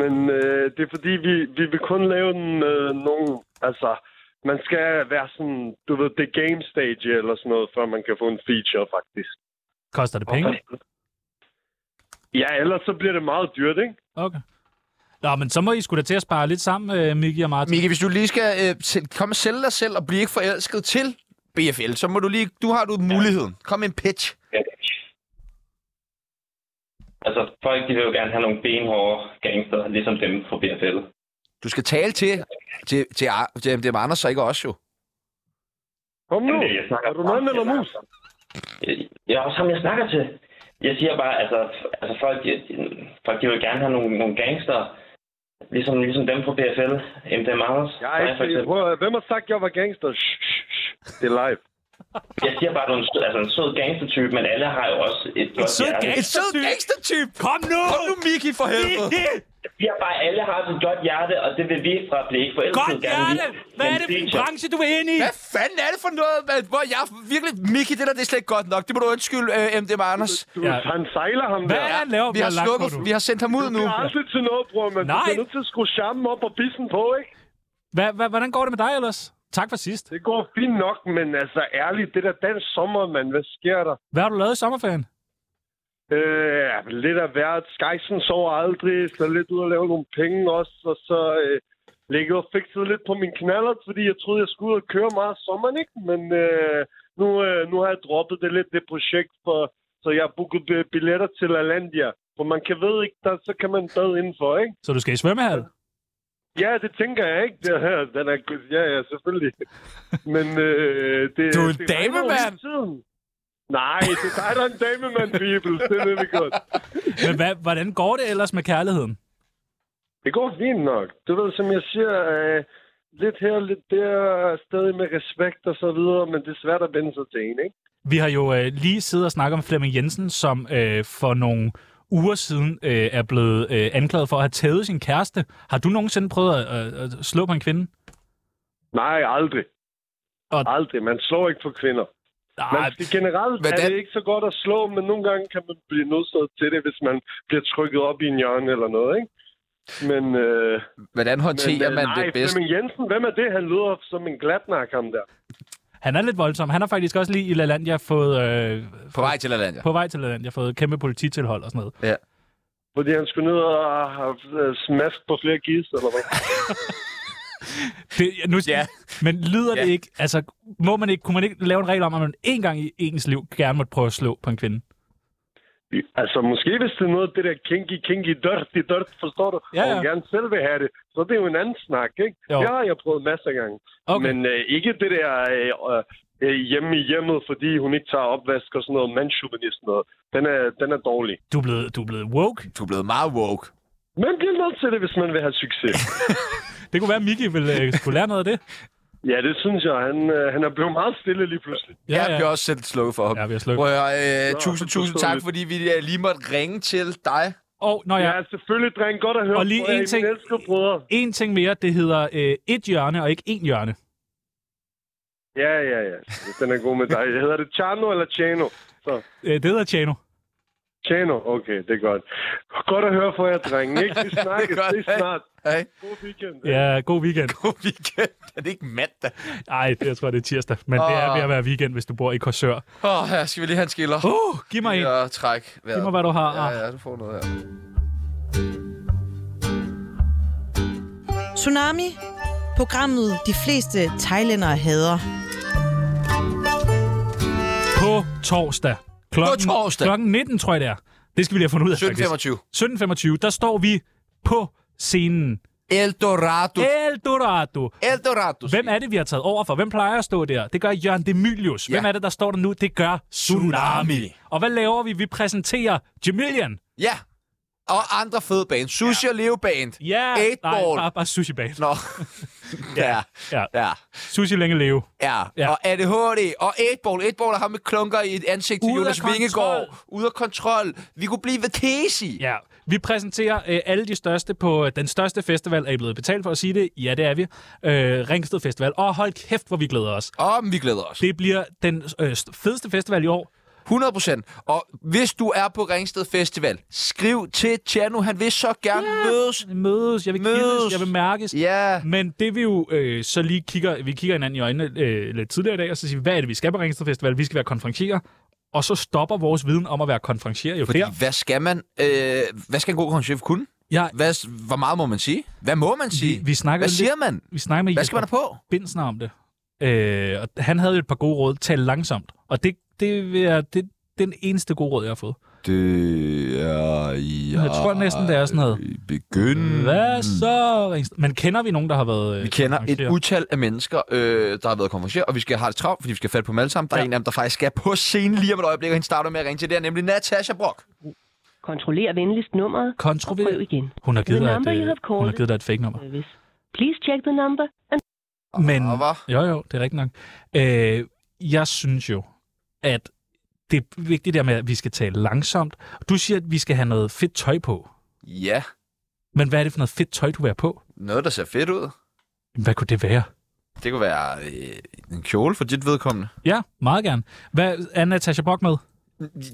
[SPEAKER 5] men øh, det er fordi, vi, vi vil kun lave den med nogen, altså, man skal være sådan, du ved, det game stage eller sådan noget, før man kan få en feature, faktisk.
[SPEAKER 4] Koster det penge?
[SPEAKER 5] Ja, ellers så bliver det meget dyrt, ikke?
[SPEAKER 4] Okay. Nå, men så må I skulle da til at spare lidt sammen, øh, Miki og Martin.
[SPEAKER 3] Miki, hvis du lige skal øh, selv- komme og sælge dig selv og blive ikke forelsket til BFL, så må du lige, du har du muligheden. Kom med en pitch.
[SPEAKER 6] Ja. Altså, folk de vil jo gerne have nogle benhårde gangster, ligesom dem fra BFL.
[SPEAKER 3] Du skal tale til, til, til, Ar- til MDM Anders, så ikke også jo.
[SPEAKER 5] Kom nu,
[SPEAKER 6] Jamen, jeg snakker
[SPEAKER 5] er du nøgen
[SPEAKER 6] bare-
[SPEAKER 5] eller mus?
[SPEAKER 6] Jeg- Jeg er også ham, jeg snakker til. Jeg siger bare, altså, f- altså folk, de, de- folk de vil gerne have nogle, nogle gangster, ligesom, ligesom dem fra BFL, MDM Anders.
[SPEAKER 5] Jeg er
[SPEAKER 6] Dig for
[SPEAKER 5] ikke,
[SPEAKER 6] eksempel.
[SPEAKER 5] prøv, at- hvem har sagt, jeg var gangster? Shh, shh, shh. Det er live.
[SPEAKER 6] Jeg siger bare, at du er en, sød- altså en sød gangstertype, men alle har jo også et godt
[SPEAKER 4] sød
[SPEAKER 6] hjerte.
[SPEAKER 3] En sød gangstertype!
[SPEAKER 4] Kom nu!
[SPEAKER 3] Kom nu, Miki, for helvede!
[SPEAKER 4] (laughs)
[SPEAKER 6] Vi har bare, alle har et godt hjerte, og det vil vi fra at blive ikke forældre.
[SPEAKER 4] Godt hjerte! Hvad er det for en branche, du vil ind i?
[SPEAKER 3] Hvad fanden er det for noget, mand? Hvor jeg virkelig... Miki, det der det er slet ikke godt nok. Det må du undskylde, øh, MDM Anders.
[SPEAKER 5] Du,
[SPEAKER 4] Ja.
[SPEAKER 5] Han sejler ham
[SPEAKER 4] Hvad
[SPEAKER 5] der.
[SPEAKER 4] er han laver?
[SPEAKER 3] Vi har,
[SPEAKER 4] lagt på, du.
[SPEAKER 3] slukket, vi har sendt ham ud nu.
[SPEAKER 5] Det er aldrig til noget, bror, men
[SPEAKER 4] Nej.
[SPEAKER 5] du er nødt til at skrue charmen op og bissen på, ikke?
[SPEAKER 4] Hvad, hvad, hvordan går det med dig ellers? Tak for sidst.
[SPEAKER 5] Det går fint nok, men altså ærligt, det der dansk sommer, mand, hvad sker der?
[SPEAKER 4] Hvad har du lavet i sommerferien?
[SPEAKER 5] Øh, ja, lidt af hvert. Skysen sover aldrig, så lidt ud og lave nogle penge også, og så øh, ligge og fikse lidt på min knaller, fordi jeg troede, jeg skulle ud og køre meget om sommeren, ikke? Men øh, nu, øh, nu har jeg droppet det lidt, det projekt, for, så jeg har booket bi- billetter til Alandia. For man kan ved ikke, der, så kan man bade indenfor, ikke?
[SPEAKER 4] Så du skal i svømmehal?
[SPEAKER 5] Ja, det tænker jeg ikke. Det her, den er, (laughs) ja, ja, selvfølgelig. Men øh, det,
[SPEAKER 3] Du er en
[SPEAKER 5] det regner jo
[SPEAKER 3] damemand.
[SPEAKER 5] hele tiden. Nej, det er dig, der er en damemand, people. Det ved vi godt.
[SPEAKER 4] Men hvad, hvordan går det ellers med kærligheden?
[SPEAKER 5] Det går fint nok. Du ved, som jeg siger, øh, lidt her, lidt der, stadig med respekt og så videre, men det er svært at vende sig til en, ikke?
[SPEAKER 4] Vi har jo øh, lige siddet og snakket om Flemming Jensen, som øh, for nogle uger siden øh, er blevet øh, anklaget for at have tævet sin kæreste. Har du nogensinde prøvet at, øh, at slå på en kvinde?
[SPEAKER 5] Nej, aldrig.
[SPEAKER 4] Og-
[SPEAKER 5] Og... Aldrig. Man slår ikke for kvinder.
[SPEAKER 4] Nej,
[SPEAKER 5] Man skal generelt
[SPEAKER 3] hvordan-
[SPEAKER 5] Hvordan? er det ikke så godt at slå, men nogle gange kan man blive nødsaget til det, hvis man bliver trykket op i en hjørne eller noget, ikke? Men, øh,
[SPEAKER 3] Hvordan
[SPEAKER 5] men
[SPEAKER 3] håndterer
[SPEAKER 5] øh,
[SPEAKER 3] man
[SPEAKER 5] nej,
[SPEAKER 3] det bedst?
[SPEAKER 5] Flemming Jensen, hvem er det? Han lyder som en glatnak, ham der.
[SPEAKER 4] han er lidt voldsom. Han har faktisk også lige i LaLandia fået... Øh,
[SPEAKER 3] På vej til Lalandia.
[SPEAKER 4] på vej til LaLandia fået kæmpe polititilhold og sådan noget.
[SPEAKER 3] Ja.
[SPEAKER 5] Fordi han skulle ned og have øh, smask på flere gis, eller hvad?
[SPEAKER 4] Det, ja, nu,
[SPEAKER 3] Ja.
[SPEAKER 4] Men lyder det
[SPEAKER 3] Ja.
[SPEAKER 4] ikke... Altså, må man ikke, kunne man ikke lave en regel om, at man én gang i ens liv gerne måtte prøve at slå på en kvinde?
[SPEAKER 5] Altså, måske hvis det er noget af det der kinky, kinky, dirty, dirty, forstår du?
[SPEAKER 4] Ja,
[SPEAKER 5] Og
[SPEAKER 4] ja.
[SPEAKER 5] hun gerne selv vil have det, så det er jo en anden snak, ikke?
[SPEAKER 4] Jo.
[SPEAKER 5] Jo. Det har jeg prøvet masser af gange.
[SPEAKER 4] Okay.
[SPEAKER 5] Men øh, ikke det der øh, øh, øh, hjemme i hjemmet, fordi hun ikke tager opvask og sådan noget, mandsjuvenist og noget. Den er, den er dårlig.
[SPEAKER 4] Du er blevet, du er blevet woke.
[SPEAKER 3] Du er blevet meget woke.
[SPEAKER 5] Man bliver nødt til det, hvis man vil have succes.
[SPEAKER 4] Det kunne være, at Miki ville øh, skulle lære noget af det.
[SPEAKER 5] ja, det synes jeg. Han, øh, han er blevet meget stille lige pludselig.
[SPEAKER 3] Ja, ja. Jeg bliver også selv slukket for ham.
[SPEAKER 4] Ja, vi har slukket.
[SPEAKER 3] Prøv at høre, øh,
[SPEAKER 5] Nå,
[SPEAKER 3] tusind,
[SPEAKER 5] det
[SPEAKER 3] tusind
[SPEAKER 5] forstår
[SPEAKER 3] tak,
[SPEAKER 5] vi.
[SPEAKER 3] fordi vi øh, lige måtte ringe til dig.
[SPEAKER 4] Og, nå,
[SPEAKER 5] Ja,
[SPEAKER 4] ja.
[SPEAKER 5] ja selvfølgelig, dreng. Godt at høre
[SPEAKER 4] Og lige
[SPEAKER 5] fra jer,
[SPEAKER 4] en
[SPEAKER 5] I
[SPEAKER 4] ting-
[SPEAKER 5] mine elskede brødre.
[SPEAKER 4] En ting mere, det hedder øh, et hjørne og ikke en hjørne.
[SPEAKER 5] Ja, ja, ja. Den er god med dig. Hedder det Chano eller Chano? Så.
[SPEAKER 4] Øh, det hedder Tjano.
[SPEAKER 5] Tjano, okay, det er godt. Godt at høre fra jer, drenge. Ikke? Vi snakkes,
[SPEAKER 3] Det er godt,
[SPEAKER 5] det er
[SPEAKER 3] hej.
[SPEAKER 5] snart.
[SPEAKER 3] Hej.
[SPEAKER 5] God weekend.
[SPEAKER 4] Ja, god weekend.
[SPEAKER 3] God øh, weekend. (laughs) Er det ikke mandag?
[SPEAKER 4] Nej, det jeg tror, det er tirsdag. Men det er ved at være weekend, hvis du bor i Korsør.
[SPEAKER 3] Åh, oh, her skal vi lige have en skiller.
[SPEAKER 4] Uh, giv mig en.
[SPEAKER 3] Ja, træk vejret.
[SPEAKER 4] Giv mig, hvad du har.
[SPEAKER 3] Ja, ja, du får noget her.
[SPEAKER 7] Tsunami, programmet de fleste thailændere hader.
[SPEAKER 4] På torsdag. Klokken,
[SPEAKER 3] torsdag.
[SPEAKER 4] Klokken 19, tror jeg, det er. Det skal vi lige have fundet ud af, faktisk.
[SPEAKER 3] 1725.
[SPEAKER 4] 17.25, der står vi på scenen.
[SPEAKER 3] Eldorado.
[SPEAKER 4] El Dorado.
[SPEAKER 3] Eldorado.
[SPEAKER 4] Hvem er det, vi har taget over for? Hvem plejer at stå der? Det gør Jørgen Demilius. Hvem
[SPEAKER 3] Ja.
[SPEAKER 4] er det, der står der nu? Det gør Tsunami.
[SPEAKER 3] Tsunami.
[SPEAKER 4] Og hvad laver vi? Vi præsenterer Jamilian.
[SPEAKER 3] Ja. Og andre fede bands. Sushi ja. og Leo Band.
[SPEAKER 4] Ja,
[SPEAKER 3] Eight
[SPEAKER 4] nej,
[SPEAKER 3] Ball.
[SPEAKER 4] bare, bare sushi bag.
[SPEAKER 3] Nå. ja.
[SPEAKER 4] (laughs) Ja.
[SPEAKER 3] Ja.
[SPEAKER 4] Sushi længe leve.
[SPEAKER 3] Ja.
[SPEAKER 4] Ja.
[SPEAKER 3] ja. Og ADHD. Og 8-ball. 8-ball er ham med klunker i et ansigt til
[SPEAKER 4] Ude af
[SPEAKER 3] Jonas
[SPEAKER 4] kontrol.
[SPEAKER 3] Vingegaard. Ude af kontrol. Vi kunne blive ved Casey.
[SPEAKER 4] Ja, vi præsenterer øh, alle de største på øh, den største festival. Er I blevet betalt for at sige det? Ja, det er vi. Øh, Ringsted Festival. Og hold kæft, hvor vi glæder os.
[SPEAKER 3] Om vi glæder os.
[SPEAKER 4] Det bliver den øh, st- fedeste festival i år.
[SPEAKER 3] 100 Og hvis du er på Ringsted Festival, skriv til Tjerno. Han vil så gerne ja. mødes.
[SPEAKER 4] Mødes, jeg vil
[SPEAKER 3] Mødes.
[SPEAKER 4] kendes, jeg vil mærkes.
[SPEAKER 3] Ja.
[SPEAKER 4] Men det vi jo øh, så lige kigger, vi kigger hinanden i øjnene øh, lidt tidligere i dag, og så siger vi, hvad er det, vi skal på Ringsted Festival? Vi skal være konferencierer. Og så stopper vores viden om at være konferencierer jo
[SPEAKER 3] Fordi
[SPEAKER 4] der.
[SPEAKER 3] hvad skal man, øh, hvad skal en god kongeschef kunne?
[SPEAKER 4] Jeg,
[SPEAKER 3] Hvad, hvor meget må man sige? Hvad må man sige?
[SPEAKER 4] vi, vi snakker
[SPEAKER 3] hvad
[SPEAKER 4] lidt,
[SPEAKER 3] siger man?
[SPEAKER 4] vi snakker med
[SPEAKER 3] Hvad
[SPEAKER 4] Jesper
[SPEAKER 3] skal man have på?
[SPEAKER 4] Bindsner om det. Øh, og han havde jo et par gode råd. Tal langsomt. Og det, det, vil jeg, det det er den eneste gode råd, jeg har fået.
[SPEAKER 3] Det er...
[SPEAKER 4] Ja, jeg tror næsten, det er sådan noget.
[SPEAKER 3] Begynd.
[SPEAKER 4] Hvad så? Ringsted? Men kender vi nogen, der har været øh,
[SPEAKER 3] Mm. Vi kender et
[SPEAKER 4] konferencier?
[SPEAKER 3] utal af mennesker, øh, der har været konferencier, og vi skal have det travlt, fordi vi skal fatte på dem alle sammen. Der er
[SPEAKER 4] Ja.
[SPEAKER 3] ja. en af dem, der faktisk skal på scenen lige om et øjeblik, og hende starter med at ringe til. Det er nemlig Natasha Brock.
[SPEAKER 8] Kontroller venligst nummeret og prøv
[SPEAKER 4] Kontrovers.
[SPEAKER 8] igen.
[SPEAKER 4] Hun har givet
[SPEAKER 8] The
[SPEAKER 4] dig
[SPEAKER 8] number
[SPEAKER 4] et,
[SPEAKER 8] you
[SPEAKER 4] øh,
[SPEAKER 8] have
[SPEAKER 4] hun har
[SPEAKER 8] called
[SPEAKER 4] givet dig et fake nummer.
[SPEAKER 8] Service. Please check the number and
[SPEAKER 4] Men,
[SPEAKER 3] Og hvad?
[SPEAKER 4] jo, jo, det er rigtigt nok. Øh, jeg synes jo, at det er vigtigt der med, at vi skal tale langsomt. Du siger, at vi skal have noget fedt tøj på.
[SPEAKER 3] Ja,
[SPEAKER 4] Men hvad er det for noget fedt tøj, du vil have på?
[SPEAKER 3] noget, der ser fedt ud.
[SPEAKER 4] Hvad kunne det være?
[SPEAKER 3] Det kunne være øh, en kjole for dit vedkommende.
[SPEAKER 4] Ja, meget gerne. Hvad er Natasha Brock med?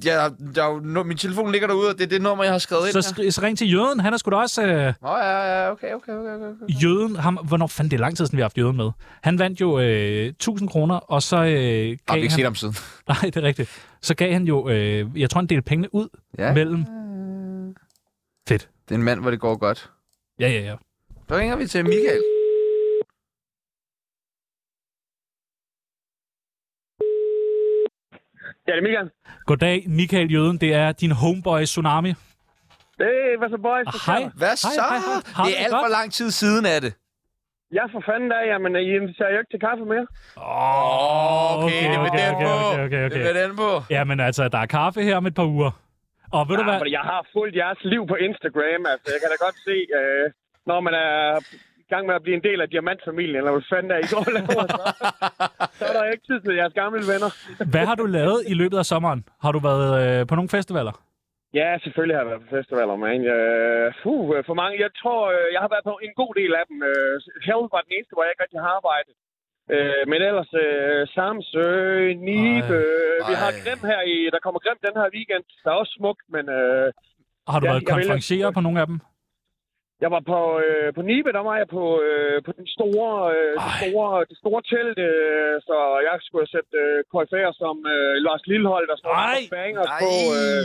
[SPEAKER 3] Jeg, jeg, nu, min telefon ligger derude, og det er det nummer, jeg har skrevet ind
[SPEAKER 4] Så,
[SPEAKER 3] her.
[SPEAKER 4] skri- så ring til Jøden. Han er sgu da også... Øh,
[SPEAKER 3] Nå, ja, ja, okay, okay, okay. okay. okay.
[SPEAKER 4] jøden, ham, hvornår fanden det er lang tid, siden vi har haft Jøden med. Han vandt jo øh, 1000 kroner, og så øh, gav
[SPEAKER 3] Har vi ikke
[SPEAKER 4] han...
[SPEAKER 3] set ham siden?
[SPEAKER 4] (laughs) Nej, det er rigtigt. Så gav han jo, øh, jeg tror, han delte pengene ud
[SPEAKER 3] Ja.
[SPEAKER 4] ja. mellem... Fedt.
[SPEAKER 3] Det er en mand, hvor det går godt.
[SPEAKER 4] Ja, ja, ja.
[SPEAKER 3] Så ringer vi til Michael.
[SPEAKER 5] Ja, det er Michael.
[SPEAKER 4] Goddag, Michael Jøden. Det er din homeboy Tsunami.
[SPEAKER 5] Hey, hvad så, boys? Hvad sker
[SPEAKER 4] Ah, Hej.
[SPEAKER 5] der?
[SPEAKER 3] Hvad så?
[SPEAKER 4] hej, hej. Har
[SPEAKER 3] Det
[SPEAKER 4] du
[SPEAKER 3] er
[SPEAKER 4] det
[SPEAKER 3] alt
[SPEAKER 4] godt?
[SPEAKER 3] for lang tid siden af det.
[SPEAKER 5] Ja, for fanden da, jamen, I inviterer jo ikke til kaffe mere.
[SPEAKER 3] Åh, okay, det var
[SPEAKER 4] okay,
[SPEAKER 3] den
[SPEAKER 4] okay,
[SPEAKER 3] på.
[SPEAKER 4] okay, okay, okay.
[SPEAKER 3] Det var den på.
[SPEAKER 4] Jamen altså, der er kaffe her om et par uger. Og ved du
[SPEAKER 5] Ja,
[SPEAKER 4] hvad?
[SPEAKER 5] fordi jeg har fulgt jeres liv på Instagram, altså. Jeg kan da godt se, øh, når man er i gang med at blive en del af diamantfamilien, eller hvad fanden der I går og laver, så, så er der ikke tid til jeres gamle venner.
[SPEAKER 4] Hvad har du lavet i løbet af sommeren? Har du været øh, på nogle festivaler?
[SPEAKER 5] Ja, selvfølgelig har jeg været på festivaler, man. Øh, uh, for mange, jeg tror, øh, jeg har været på en god del af dem. Øh, Hell var den eneste, hvor jeg ikke rigtig har arbejdet. Øh, men ellers øh, Samsø, Nibe, øh, vi
[SPEAKER 3] Ej.
[SPEAKER 5] har Grim her i, der kommer Grim den her weekend. Der er også smukt, men øh,
[SPEAKER 4] Har du ja, været
[SPEAKER 5] Ja, jeg vælger-
[SPEAKER 4] konferencier på nogle af dem?
[SPEAKER 5] Jeg var på, øh, på Nibe, der var jeg på, øh, på den store, øh,
[SPEAKER 4] Ej.
[SPEAKER 5] det, store, det store telt, øh, så jeg skulle have sætte øh, koryfærer som øh, Lars Lillehold, der stod
[SPEAKER 4] Ej.
[SPEAKER 5] og banger
[SPEAKER 3] Ej.
[SPEAKER 5] på. Øh,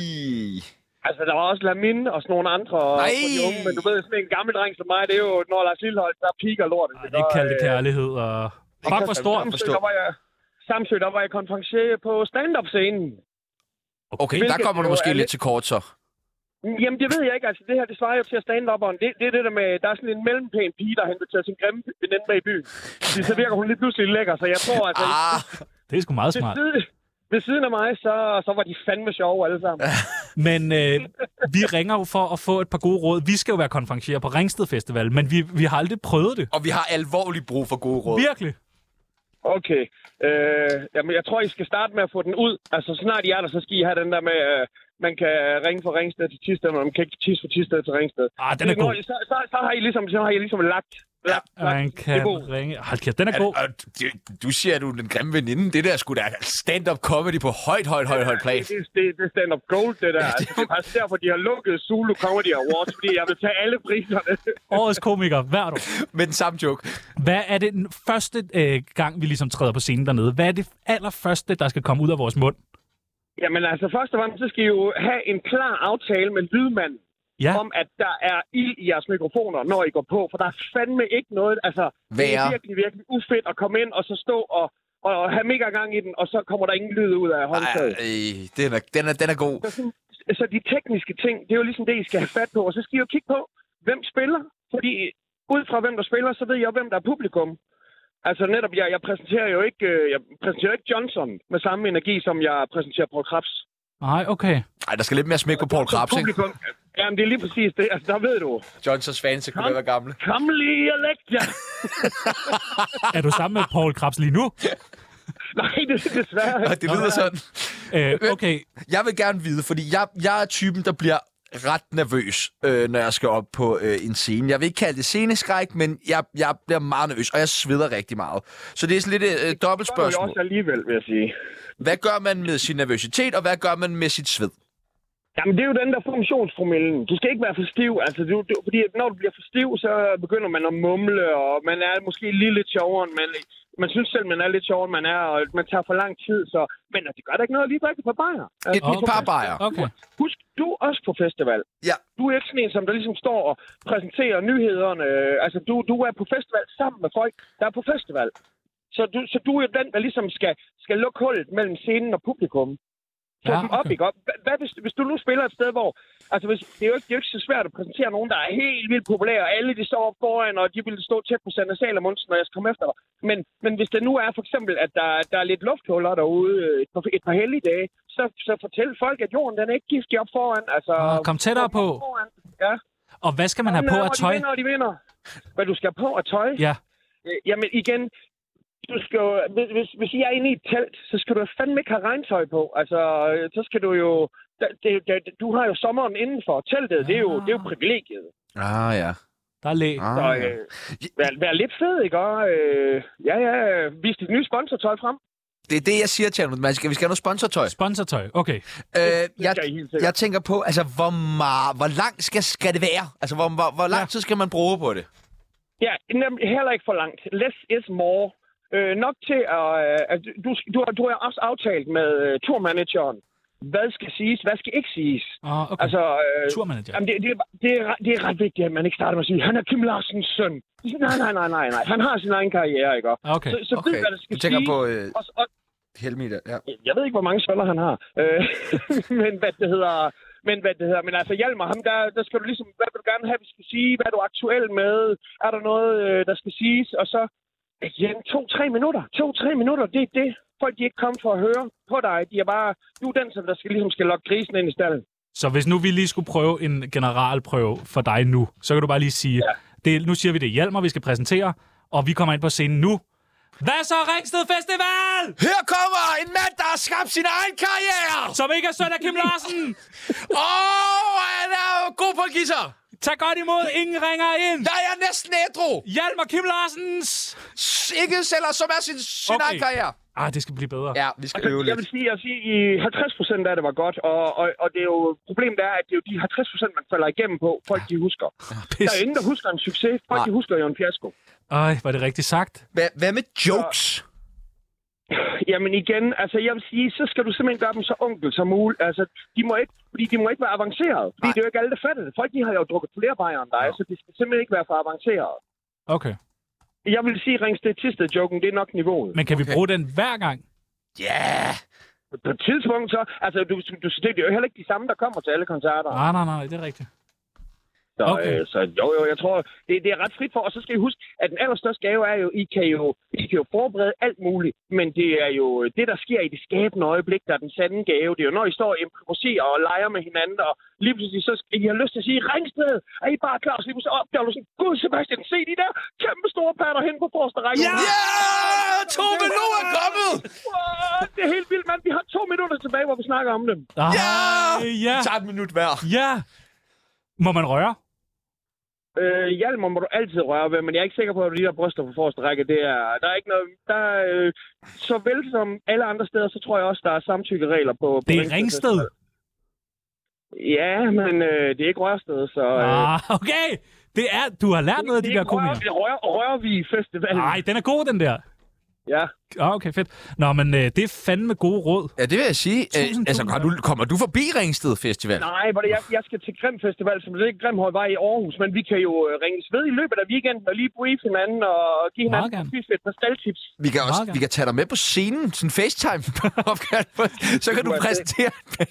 [SPEAKER 5] altså, der var også Lamin og sådan nogle andre
[SPEAKER 3] Nej.
[SPEAKER 5] for de unge, men du ved, sådan en gammel dreng som mig, det er jo, når Lars Lillehold, der piker lortet. øh,
[SPEAKER 4] Ej, det kaldte kærlighed og... Fuck, hvor stor.
[SPEAKER 5] Samsø,
[SPEAKER 3] forstå.
[SPEAKER 5] der var jeg, Samsø, der var jeg konferencier på stand-up-scenen.
[SPEAKER 3] Okay, der
[SPEAKER 5] Hvilket
[SPEAKER 3] kommer du
[SPEAKER 5] jo
[SPEAKER 3] måske
[SPEAKER 5] er
[SPEAKER 3] lidt
[SPEAKER 5] lidt-
[SPEAKER 3] til kort så.
[SPEAKER 5] Jamen, det ved jeg ikke. Altså, det her, det svarer jo til at stand up det, det er det der med, der er sådan en mellempæn pige, der har inviteret sin grimme veninde med i byen. Fordi så virker hun lige pludselig lækker, så jeg tror altså...
[SPEAKER 3] Ah,
[SPEAKER 4] Det er sgu meget
[SPEAKER 5] ved,
[SPEAKER 4] smart.
[SPEAKER 5] siden, ved siden af mig, så, så var de fandme sjove alle sammen.
[SPEAKER 4] Men øh, vi ringer jo for at få et par gode råd. Vi skal jo være konferencier på Ringsted Festival, men vi, vi har aldrig prøvet det.
[SPEAKER 3] og vi har alvorlig brug for gode råd.
[SPEAKER 4] Virkelig.
[SPEAKER 5] Okay. Øh, jamen, jeg tror, I skal starte med at få den ud. Altså, snart I er der, så skal I have den der med... Øh, man kan ringe fra Ringsted til Tisted, men man kan ikke tisse fra Tisted til Ringsted.
[SPEAKER 4] Ah, den er
[SPEAKER 5] Det- når
[SPEAKER 4] god.
[SPEAKER 5] I- så, så, så, har I ligesom, så har I ligesom lagt... lagt, lagt
[SPEAKER 4] Man
[SPEAKER 5] det
[SPEAKER 4] kan
[SPEAKER 5] er god.
[SPEAKER 4] ringe... Hold kæft, den er god.
[SPEAKER 3] Og det- Du siger, at du er den grimme veninde. Det der skulle da stand-up comedy på højt, højt, højt, højt plan.
[SPEAKER 5] Det, det, det er stand-up gold, det der. Altså, det er faktisk derfor, de har lukket Zulu Comedy Awards, fordi jeg vil tage alle priserne. (laughs)
[SPEAKER 4] Årets komiker hvert år.
[SPEAKER 3] Med den samme joke.
[SPEAKER 4] Hvad er det den første øh, gang, vi ligesom træder på scenen dernede? Hvad er det allerførste, der skal komme ud af vores mund?
[SPEAKER 5] Jamen altså, først og fremmest, så skal I jo have en klar aftale med lydmanden
[SPEAKER 4] Ja,
[SPEAKER 5] om, at der er ild i jeres mikrofoner, når I går på. For der er fandme ikke noget... Altså, det
[SPEAKER 3] Værre.
[SPEAKER 5] er virkelig, virkelig ufedt at komme ind og så stå og, og, og have mega gang i den, og så kommer der ingen lyd ud af håndtaget.
[SPEAKER 3] Ej, den er, den er, den er god.
[SPEAKER 5] Så, sådan, så de tekniske ting, det er jo ligesom det, I skal have fat på. Og så skal I jo kigge på, hvem spiller. Fordi ud fra hvem der spiller, så ved jeg jo, hvem der er publikum. Altså netop, jeg, jeg præsenterer jo ikke, øh, jeg præsenterer ikke Johnson med samme energi, som jeg præsenterer Paul Krabs.
[SPEAKER 4] nej, okay.
[SPEAKER 3] Ej, der skal lidt mere smæk på Paul Krabs, ikke?
[SPEAKER 5] Publikum, jamen det er lige præcis det. Altså der ved du.
[SPEAKER 3] Johnsons fans, der kunne være gamle.
[SPEAKER 5] Kom lige og læg jer.
[SPEAKER 4] Er du sammen med Paul Krabs
[SPEAKER 5] (laughs)
[SPEAKER 4] lige nu?
[SPEAKER 5] Nej, det er desværre
[SPEAKER 3] Og
[SPEAKER 5] ikke.
[SPEAKER 3] det lyder sådan.
[SPEAKER 4] Øh, okay,
[SPEAKER 3] Jeg vil gerne vide, fordi jeg, jeg er typen, der bliver ret nervøs, øh, når jeg skal op på øh, en scene. Jeg vil ikke kalde det sceneskræk, men jeg, jeg bliver meget nervøs, og jeg sveder rigtig meget. Så det er sådan lidt et øh, dobbelt
[SPEAKER 5] Det gør jeg
[SPEAKER 3] spørgsmål.
[SPEAKER 5] også alligevel, vil jeg sige.
[SPEAKER 3] Hvad gør man med sin nervøsitet, og hvad gør man med sit sved?
[SPEAKER 5] Jamen, det er jo den der funktionspromillen. Du skal ikke være for stiv. Altså, du, du, fordi at når du bliver for stiv, så begynder man at mumle, og man er måske lige lidt sjovere, end man... Man synes selv, man er lidt sjovere, end man er, og man tager for lang tid, så... Men det gør da ikke noget lige drikke på bajer.
[SPEAKER 3] Et
[SPEAKER 5] Altså,
[SPEAKER 3] okay. par bajer.
[SPEAKER 4] okay.
[SPEAKER 5] Husk, du er også på festival.
[SPEAKER 3] Ja.
[SPEAKER 5] Du er ikke sådan en, som der ligesom står og præsenterer nyhederne. Øh, Altså, du, du er på festival sammen med folk, der er på festival. Så du, så du er jo den, der ligesom skal, skal lukke hullet mellem scenen og publikum. Få
[SPEAKER 4] Ja,
[SPEAKER 5] ja, dem op,
[SPEAKER 4] okay.
[SPEAKER 5] ikke op? Hva- Hvad, hvis, hvis du nu spiller et sted, hvor... Altså, hvis, det, er jo ikke, det er jo ikke så svært at præsentere nogen, der er helt vildt populære, og alle de står op foran, og de vil stå tæt på Sander Salomundsen, når jeg skal komme efter dig. Men, men hvis det nu er for eksempel, at der, der er lidt lufthuller derude øh, et par, et par heldige dage, så, så fortæl folk, at jorden den er ikke giftig op foran. Altså,
[SPEAKER 4] Åh, Ah, kom tættere på.
[SPEAKER 5] Foran. Ja.
[SPEAKER 4] Og hvad skal man have på
[SPEAKER 5] Nå,
[SPEAKER 4] af tøj?
[SPEAKER 5] De vinder, og de vinder. Hvad du skal have på af tøj?
[SPEAKER 4] Ja,
[SPEAKER 5] Øh, Jamen igen, du skal jo, hvis, hvis, hvis I er inde i et telt, så skal du fandme ikke have regntøj på. Altså, øh, så skal du jo... da- Det, det, du har jo sommeren indenfor. Teltet, det er jo, det er jo privilegiet.
[SPEAKER 3] Ah, ja.
[SPEAKER 4] Der er læ.
[SPEAKER 5] Så
[SPEAKER 3] Ah, ja.
[SPEAKER 5] øh, vær, vær lidt fed, ikke? Og, øh, ja, ja, øh, vis dit nye sponsortøj frem.
[SPEAKER 3] Det er det, jeg siger til ham. Man skal, vi skal have noget sponsortøj.
[SPEAKER 4] Sponsortøj, okay.
[SPEAKER 3] Øh, jeg,
[SPEAKER 5] skal I helt sikkert.
[SPEAKER 3] jeg tænker på, altså, hvor, meget, hvor langt skal, skal det være? Altså, hvor, hvor, hvor lang tid skal man bruge på det?
[SPEAKER 5] Ja, nemlig heller ikke for langt. Less is more. Øh, nok til, at, øh, at du, du, har- du har også aftalt med øh, turmanageren, hvad skal siges, hvad skal ikke siges.
[SPEAKER 4] Ah, okay.
[SPEAKER 5] Altså, øh,
[SPEAKER 4] Turmanager.
[SPEAKER 5] Jamen, det, det, er, det, er, re- det er ret vigtigt, at man ikke starter med at sige, han er Kim Larsens søn. Nej, nej, nej, nej, nej. Han har sin egen karriere, ikke?
[SPEAKER 4] Ah, Okay.
[SPEAKER 5] Så, så okay. ved, hvad der skal
[SPEAKER 3] du tænker
[SPEAKER 5] siges.
[SPEAKER 3] på øh,
[SPEAKER 5] Og, og,
[SPEAKER 3] Helmi der. Ja.
[SPEAKER 5] jeg ved ikke, hvor mange søller han har. Øh, (laughs) men hvad det hedder... Men hvad det hedder, men altså Hjalmar, ham der, der skal du ligesom, hvad vil du gerne have, vi skal sige, hvad er du aktuel med, er der noget, øh, der skal siges, og så igen, to-tre minutter, to-tre minutter, det er det, folk de er ikke kommet for at høre på dig, de er bare, du er den, som der skal ligesom skal lokke grisen ind i stallen.
[SPEAKER 4] Så hvis nu vi lige skulle prøve en generalprøve for dig nu, så kan du bare lige sige, ja. det, nu siger vi det er Hjalmar, vi skal præsentere, og vi kommer ind på scenen nu. Hvad så, Ringsted Festival?
[SPEAKER 3] Her kommer en mand, der har skabt sin egen karriere!
[SPEAKER 4] Som ikke er søn af Kim Larsen.
[SPEAKER 3] Åh, oh, han er jo god på at give sig!
[SPEAKER 4] Tag godt imod, ingen ringer ind.
[SPEAKER 3] Jeg er næsten ædru!
[SPEAKER 4] Hjalmar Kim Larsens.
[SPEAKER 3] S- Ikke sælger, som er sin, sin
[SPEAKER 4] Okay.
[SPEAKER 3] egen karriere.
[SPEAKER 4] Ah, det skal blive bedre.
[SPEAKER 3] Ja, vi skal øve
[SPEAKER 5] Jeg vil
[SPEAKER 3] lidt.
[SPEAKER 5] sige, jeg vil sige, i 50 procent af det var godt, og, og, og det er jo, problemet er, at det er jo de 50 procent, man falder igennem på, folk de husker. Der er
[SPEAKER 4] Pis.
[SPEAKER 5] ingen, der husker en succes, folk de husker jo en fiasko.
[SPEAKER 4] Ej, var det rigtigt sagt?
[SPEAKER 3] Hva, hvad med jokes?
[SPEAKER 5] Jamen igen, altså jeg vil sige, så skal du simpelthen gøre dem så onkel som muligt. Altså, de må ikke, fordi de må ikke være avanceret. Fordi det er jo ikke alle, der fatter det. Folk, de har jo drukket flere bajer end dig, så det skal simpelthen ikke være for avanceret.
[SPEAKER 4] Okay.
[SPEAKER 5] Jeg vil sige, ringsted tisted joken det er nok niveauet. Men...
[SPEAKER 4] Men kan okay. vi bruge den hver gang?
[SPEAKER 3] Ja!
[SPEAKER 5] På et tidspunkt så, altså du, du, det er jo heller ikke de samme, der kommer til alle koncerter.
[SPEAKER 4] Nej, nej, nej, det er rigtigt.
[SPEAKER 5] Så,
[SPEAKER 4] Okay.
[SPEAKER 5] okay. øh, så jo, jo, jeg tror, det, det er ret frit for. Og så skal I huske, at den allerstørste gave er jo, I kan jo, I kan jo forberede alt muligt, men det er jo det, der sker i det skabende øjeblik, der er den sande gave. Det er jo, når I står og improviserer og leger med hinanden, og lige pludselig så skal I har lyst til at sige, Ringsted, er I bare klar? Så lige pludselig opdager du sådan, Gud Sebastian, se de der kæmpe store patter hen på forreste række.
[SPEAKER 3] Ja! Tove Lo er kommet!
[SPEAKER 5] Wow, Det er helt vildt, mand. Vi har to minutter tilbage, hvor vi snakker om dem.
[SPEAKER 4] Ah,
[SPEAKER 3] Ja!
[SPEAKER 4] ja!
[SPEAKER 3] Tag et minut hver.
[SPEAKER 4] Ja! Må man røre?
[SPEAKER 5] Øh, Hjalmar må du altid røre ved, men jeg er ikke sikker på, at de der bryster på forreste række, det er, der er ikke noget... Der, er, øh, såvel som alle andre steder, så tror jeg også, der er samtykkeregler på... på
[SPEAKER 4] Det er
[SPEAKER 5] Ringsted
[SPEAKER 4] Ringsted.
[SPEAKER 5] Festival. Ja, men øh, det er ikke rørsted, så... Øh,
[SPEAKER 4] Ah, okay! Det er, du har lært noget af de der komikere.
[SPEAKER 5] Det rører, rører vi i festivalen.
[SPEAKER 4] Nej, den er god, den der.
[SPEAKER 5] Ja.
[SPEAKER 4] Ah, okay, fedt. Nå, men øh, det er fandme gode råd.
[SPEAKER 3] Ja, det vil jeg sige. Øh,
[SPEAKER 4] Tusind,
[SPEAKER 3] altså,
[SPEAKER 4] tusind
[SPEAKER 3] har du, kommer du forbi Ringsted Festival?
[SPEAKER 5] Nej, hvor det, jeg, jeg skal til Grim Festival, som ligger Grimhøjvej i Aarhus, men vi kan jo øh, ringes ved i løbet af weekenden og lige brief hinanden og give hinanden
[SPEAKER 4] gerne.
[SPEAKER 5] præcis et par staldtips.
[SPEAKER 3] Vi kan, også,
[SPEAKER 4] Meget
[SPEAKER 3] vi kan tage dig med på scenen, sådan facetime (laughs) Så kan du
[SPEAKER 5] er
[SPEAKER 3] præsentere det.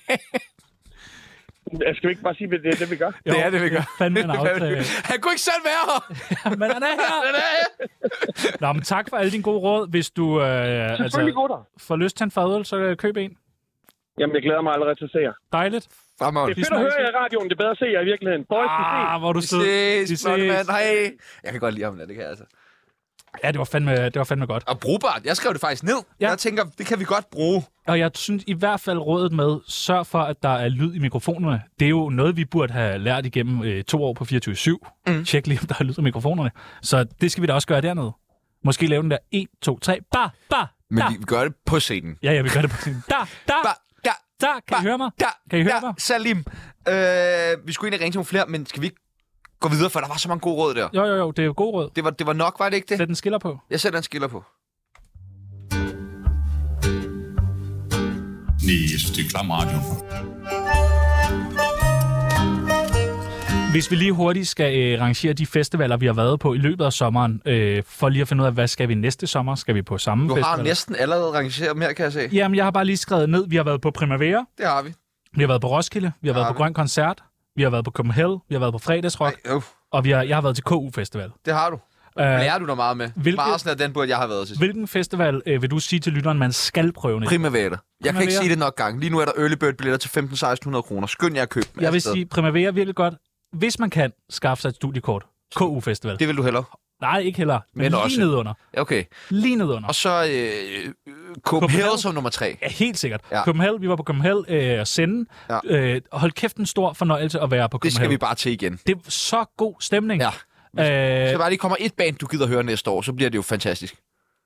[SPEAKER 5] Skal vi ikke bare sige, at det er det, vi gør?
[SPEAKER 4] Jo,
[SPEAKER 3] Det er (laughs) det, vi gør.
[SPEAKER 4] Fandme en aftale.
[SPEAKER 3] Han kunne ikke selv være her.
[SPEAKER 4] men han er her. Nå, men tak for alle dine gode råd. Hvis du øh,
[SPEAKER 5] Selvfølgelig
[SPEAKER 4] altså,
[SPEAKER 5] godt. der.
[SPEAKER 4] får lyst til en fadøl, så øh, køb en.
[SPEAKER 5] Jamen, jeg glæder mig allerede til at se jer.
[SPEAKER 4] Dejligt.
[SPEAKER 3] Fremad.
[SPEAKER 5] Det er fedt at
[SPEAKER 4] snakkes
[SPEAKER 5] høre jer i radioen. Det er bedre at se jer i virkeligheden. Boys, vi ses.
[SPEAKER 4] Ah, hvor er du
[SPEAKER 3] Vi
[SPEAKER 4] sød.
[SPEAKER 3] ses,
[SPEAKER 4] Vi
[SPEAKER 3] flotte mand. Hej. Jeg kan godt lide ham, der, det kan jeg altså.
[SPEAKER 4] Ja, det var fandme, det var fandme godt.
[SPEAKER 3] Og brugbart. Jeg skrev det faktisk ned.
[SPEAKER 4] Ja.
[SPEAKER 3] Ja. Jeg tænker, det kan vi godt bruge.
[SPEAKER 4] Og jeg synes i hvert fald rådet med, sørg for, at der er lyd i mikrofonerne. Det er jo noget, vi burde have lært igennem øh, to år på 24-7. Mm. Tjek lige, om der er lyd i mikrofonerne. Så det skal vi da også gøre dernede. Måske lave den der 1, 2, 3, ba, ba,
[SPEAKER 3] Men
[SPEAKER 4] da.
[SPEAKER 3] vi gør det på scenen.
[SPEAKER 4] Ja, ja, vi gør det på scenen. Da, da,
[SPEAKER 3] Ba, da,
[SPEAKER 4] da,
[SPEAKER 3] ba,
[SPEAKER 4] kan I høre mig?
[SPEAKER 3] Da,
[SPEAKER 4] Kan I høre
[SPEAKER 3] da,
[SPEAKER 4] mig?
[SPEAKER 3] Salim. Øh, vi skulle egentlig ringe til nogle flere, men skal vi ikke gå videre, for der var så mange gode råd der.
[SPEAKER 4] Jo, jo, jo, det er jo god råd.
[SPEAKER 3] Det var, det var nok, var det ikke det?
[SPEAKER 4] Sæt den skiller på.
[SPEAKER 3] Jeg sætter en skiller på.
[SPEAKER 9] Nej, jeg synes, det er klam radio.
[SPEAKER 4] Hvis vi lige hurtigt skal øh, rangere de festivaler, vi har været på i løbet af sommeren, øh, for lige at finde ud af, hvad skal vi næste sommer? Skal vi på samme
[SPEAKER 3] Du har
[SPEAKER 4] festival?
[SPEAKER 3] næsten allerede rangeret dem her, kan jeg se.
[SPEAKER 4] Jamen, jeg har bare lige skrevet ned, vi har været på Primavera,
[SPEAKER 3] Det har vi.
[SPEAKER 4] Vi har været på Roskilde, vi har været
[SPEAKER 3] Ja,
[SPEAKER 4] på
[SPEAKER 3] vi.
[SPEAKER 4] Grøn Koncert, vi har været på Copenhagen, vi har været på Fredagsrock,
[SPEAKER 3] Ej, øh,
[SPEAKER 4] og vi har, jeg har været til KU Festival.
[SPEAKER 3] det har du.
[SPEAKER 4] Øh,
[SPEAKER 3] Lærer du dig meget med?
[SPEAKER 4] hvilket-
[SPEAKER 3] Hvilket... Marsen er den burde jeg har været til.
[SPEAKER 4] hvilken festival øh, vil du sige til lytteren, man skal prøve næste?
[SPEAKER 3] Primavera. Jeg kan ikke
[SPEAKER 4] Primavera.
[SPEAKER 3] sige det nok gange. Lige nu er der early bird billetter til 15-1600 kroner. Skynd jer at købe dem.
[SPEAKER 4] Jeg vil
[SPEAKER 3] afsted.
[SPEAKER 4] sige Primavera er virkelig godt. Hvis man kan, skaffe sig et studiekort. KU Festival.
[SPEAKER 3] Det vil du hellere.
[SPEAKER 4] Nej, ikke heller. Men,
[SPEAKER 3] Men
[SPEAKER 4] lige
[SPEAKER 3] også.
[SPEAKER 4] nedunder.
[SPEAKER 3] Okay.
[SPEAKER 4] Lige nedunder.
[SPEAKER 3] Og så øh, øh, Copenhagen som nummer tre.
[SPEAKER 4] Ja, helt sikkert.
[SPEAKER 3] Ja.
[SPEAKER 4] Ja. Copenhagen, vi var på Copenhagen øh, og sende.
[SPEAKER 3] Ja.
[SPEAKER 4] Ja. Øh, hold kæft, en stor fornøjelse at være på
[SPEAKER 3] Det skal
[SPEAKER 4] Copenhagen.
[SPEAKER 3] vi bare til igen.
[SPEAKER 4] Det er så god stemning.
[SPEAKER 3] Ja.
[SPEAKER 4] Øh,
[SPEAKER 3] Så bare lige kommer et band, du gider høre næste år, så bliver det jo fantastisk.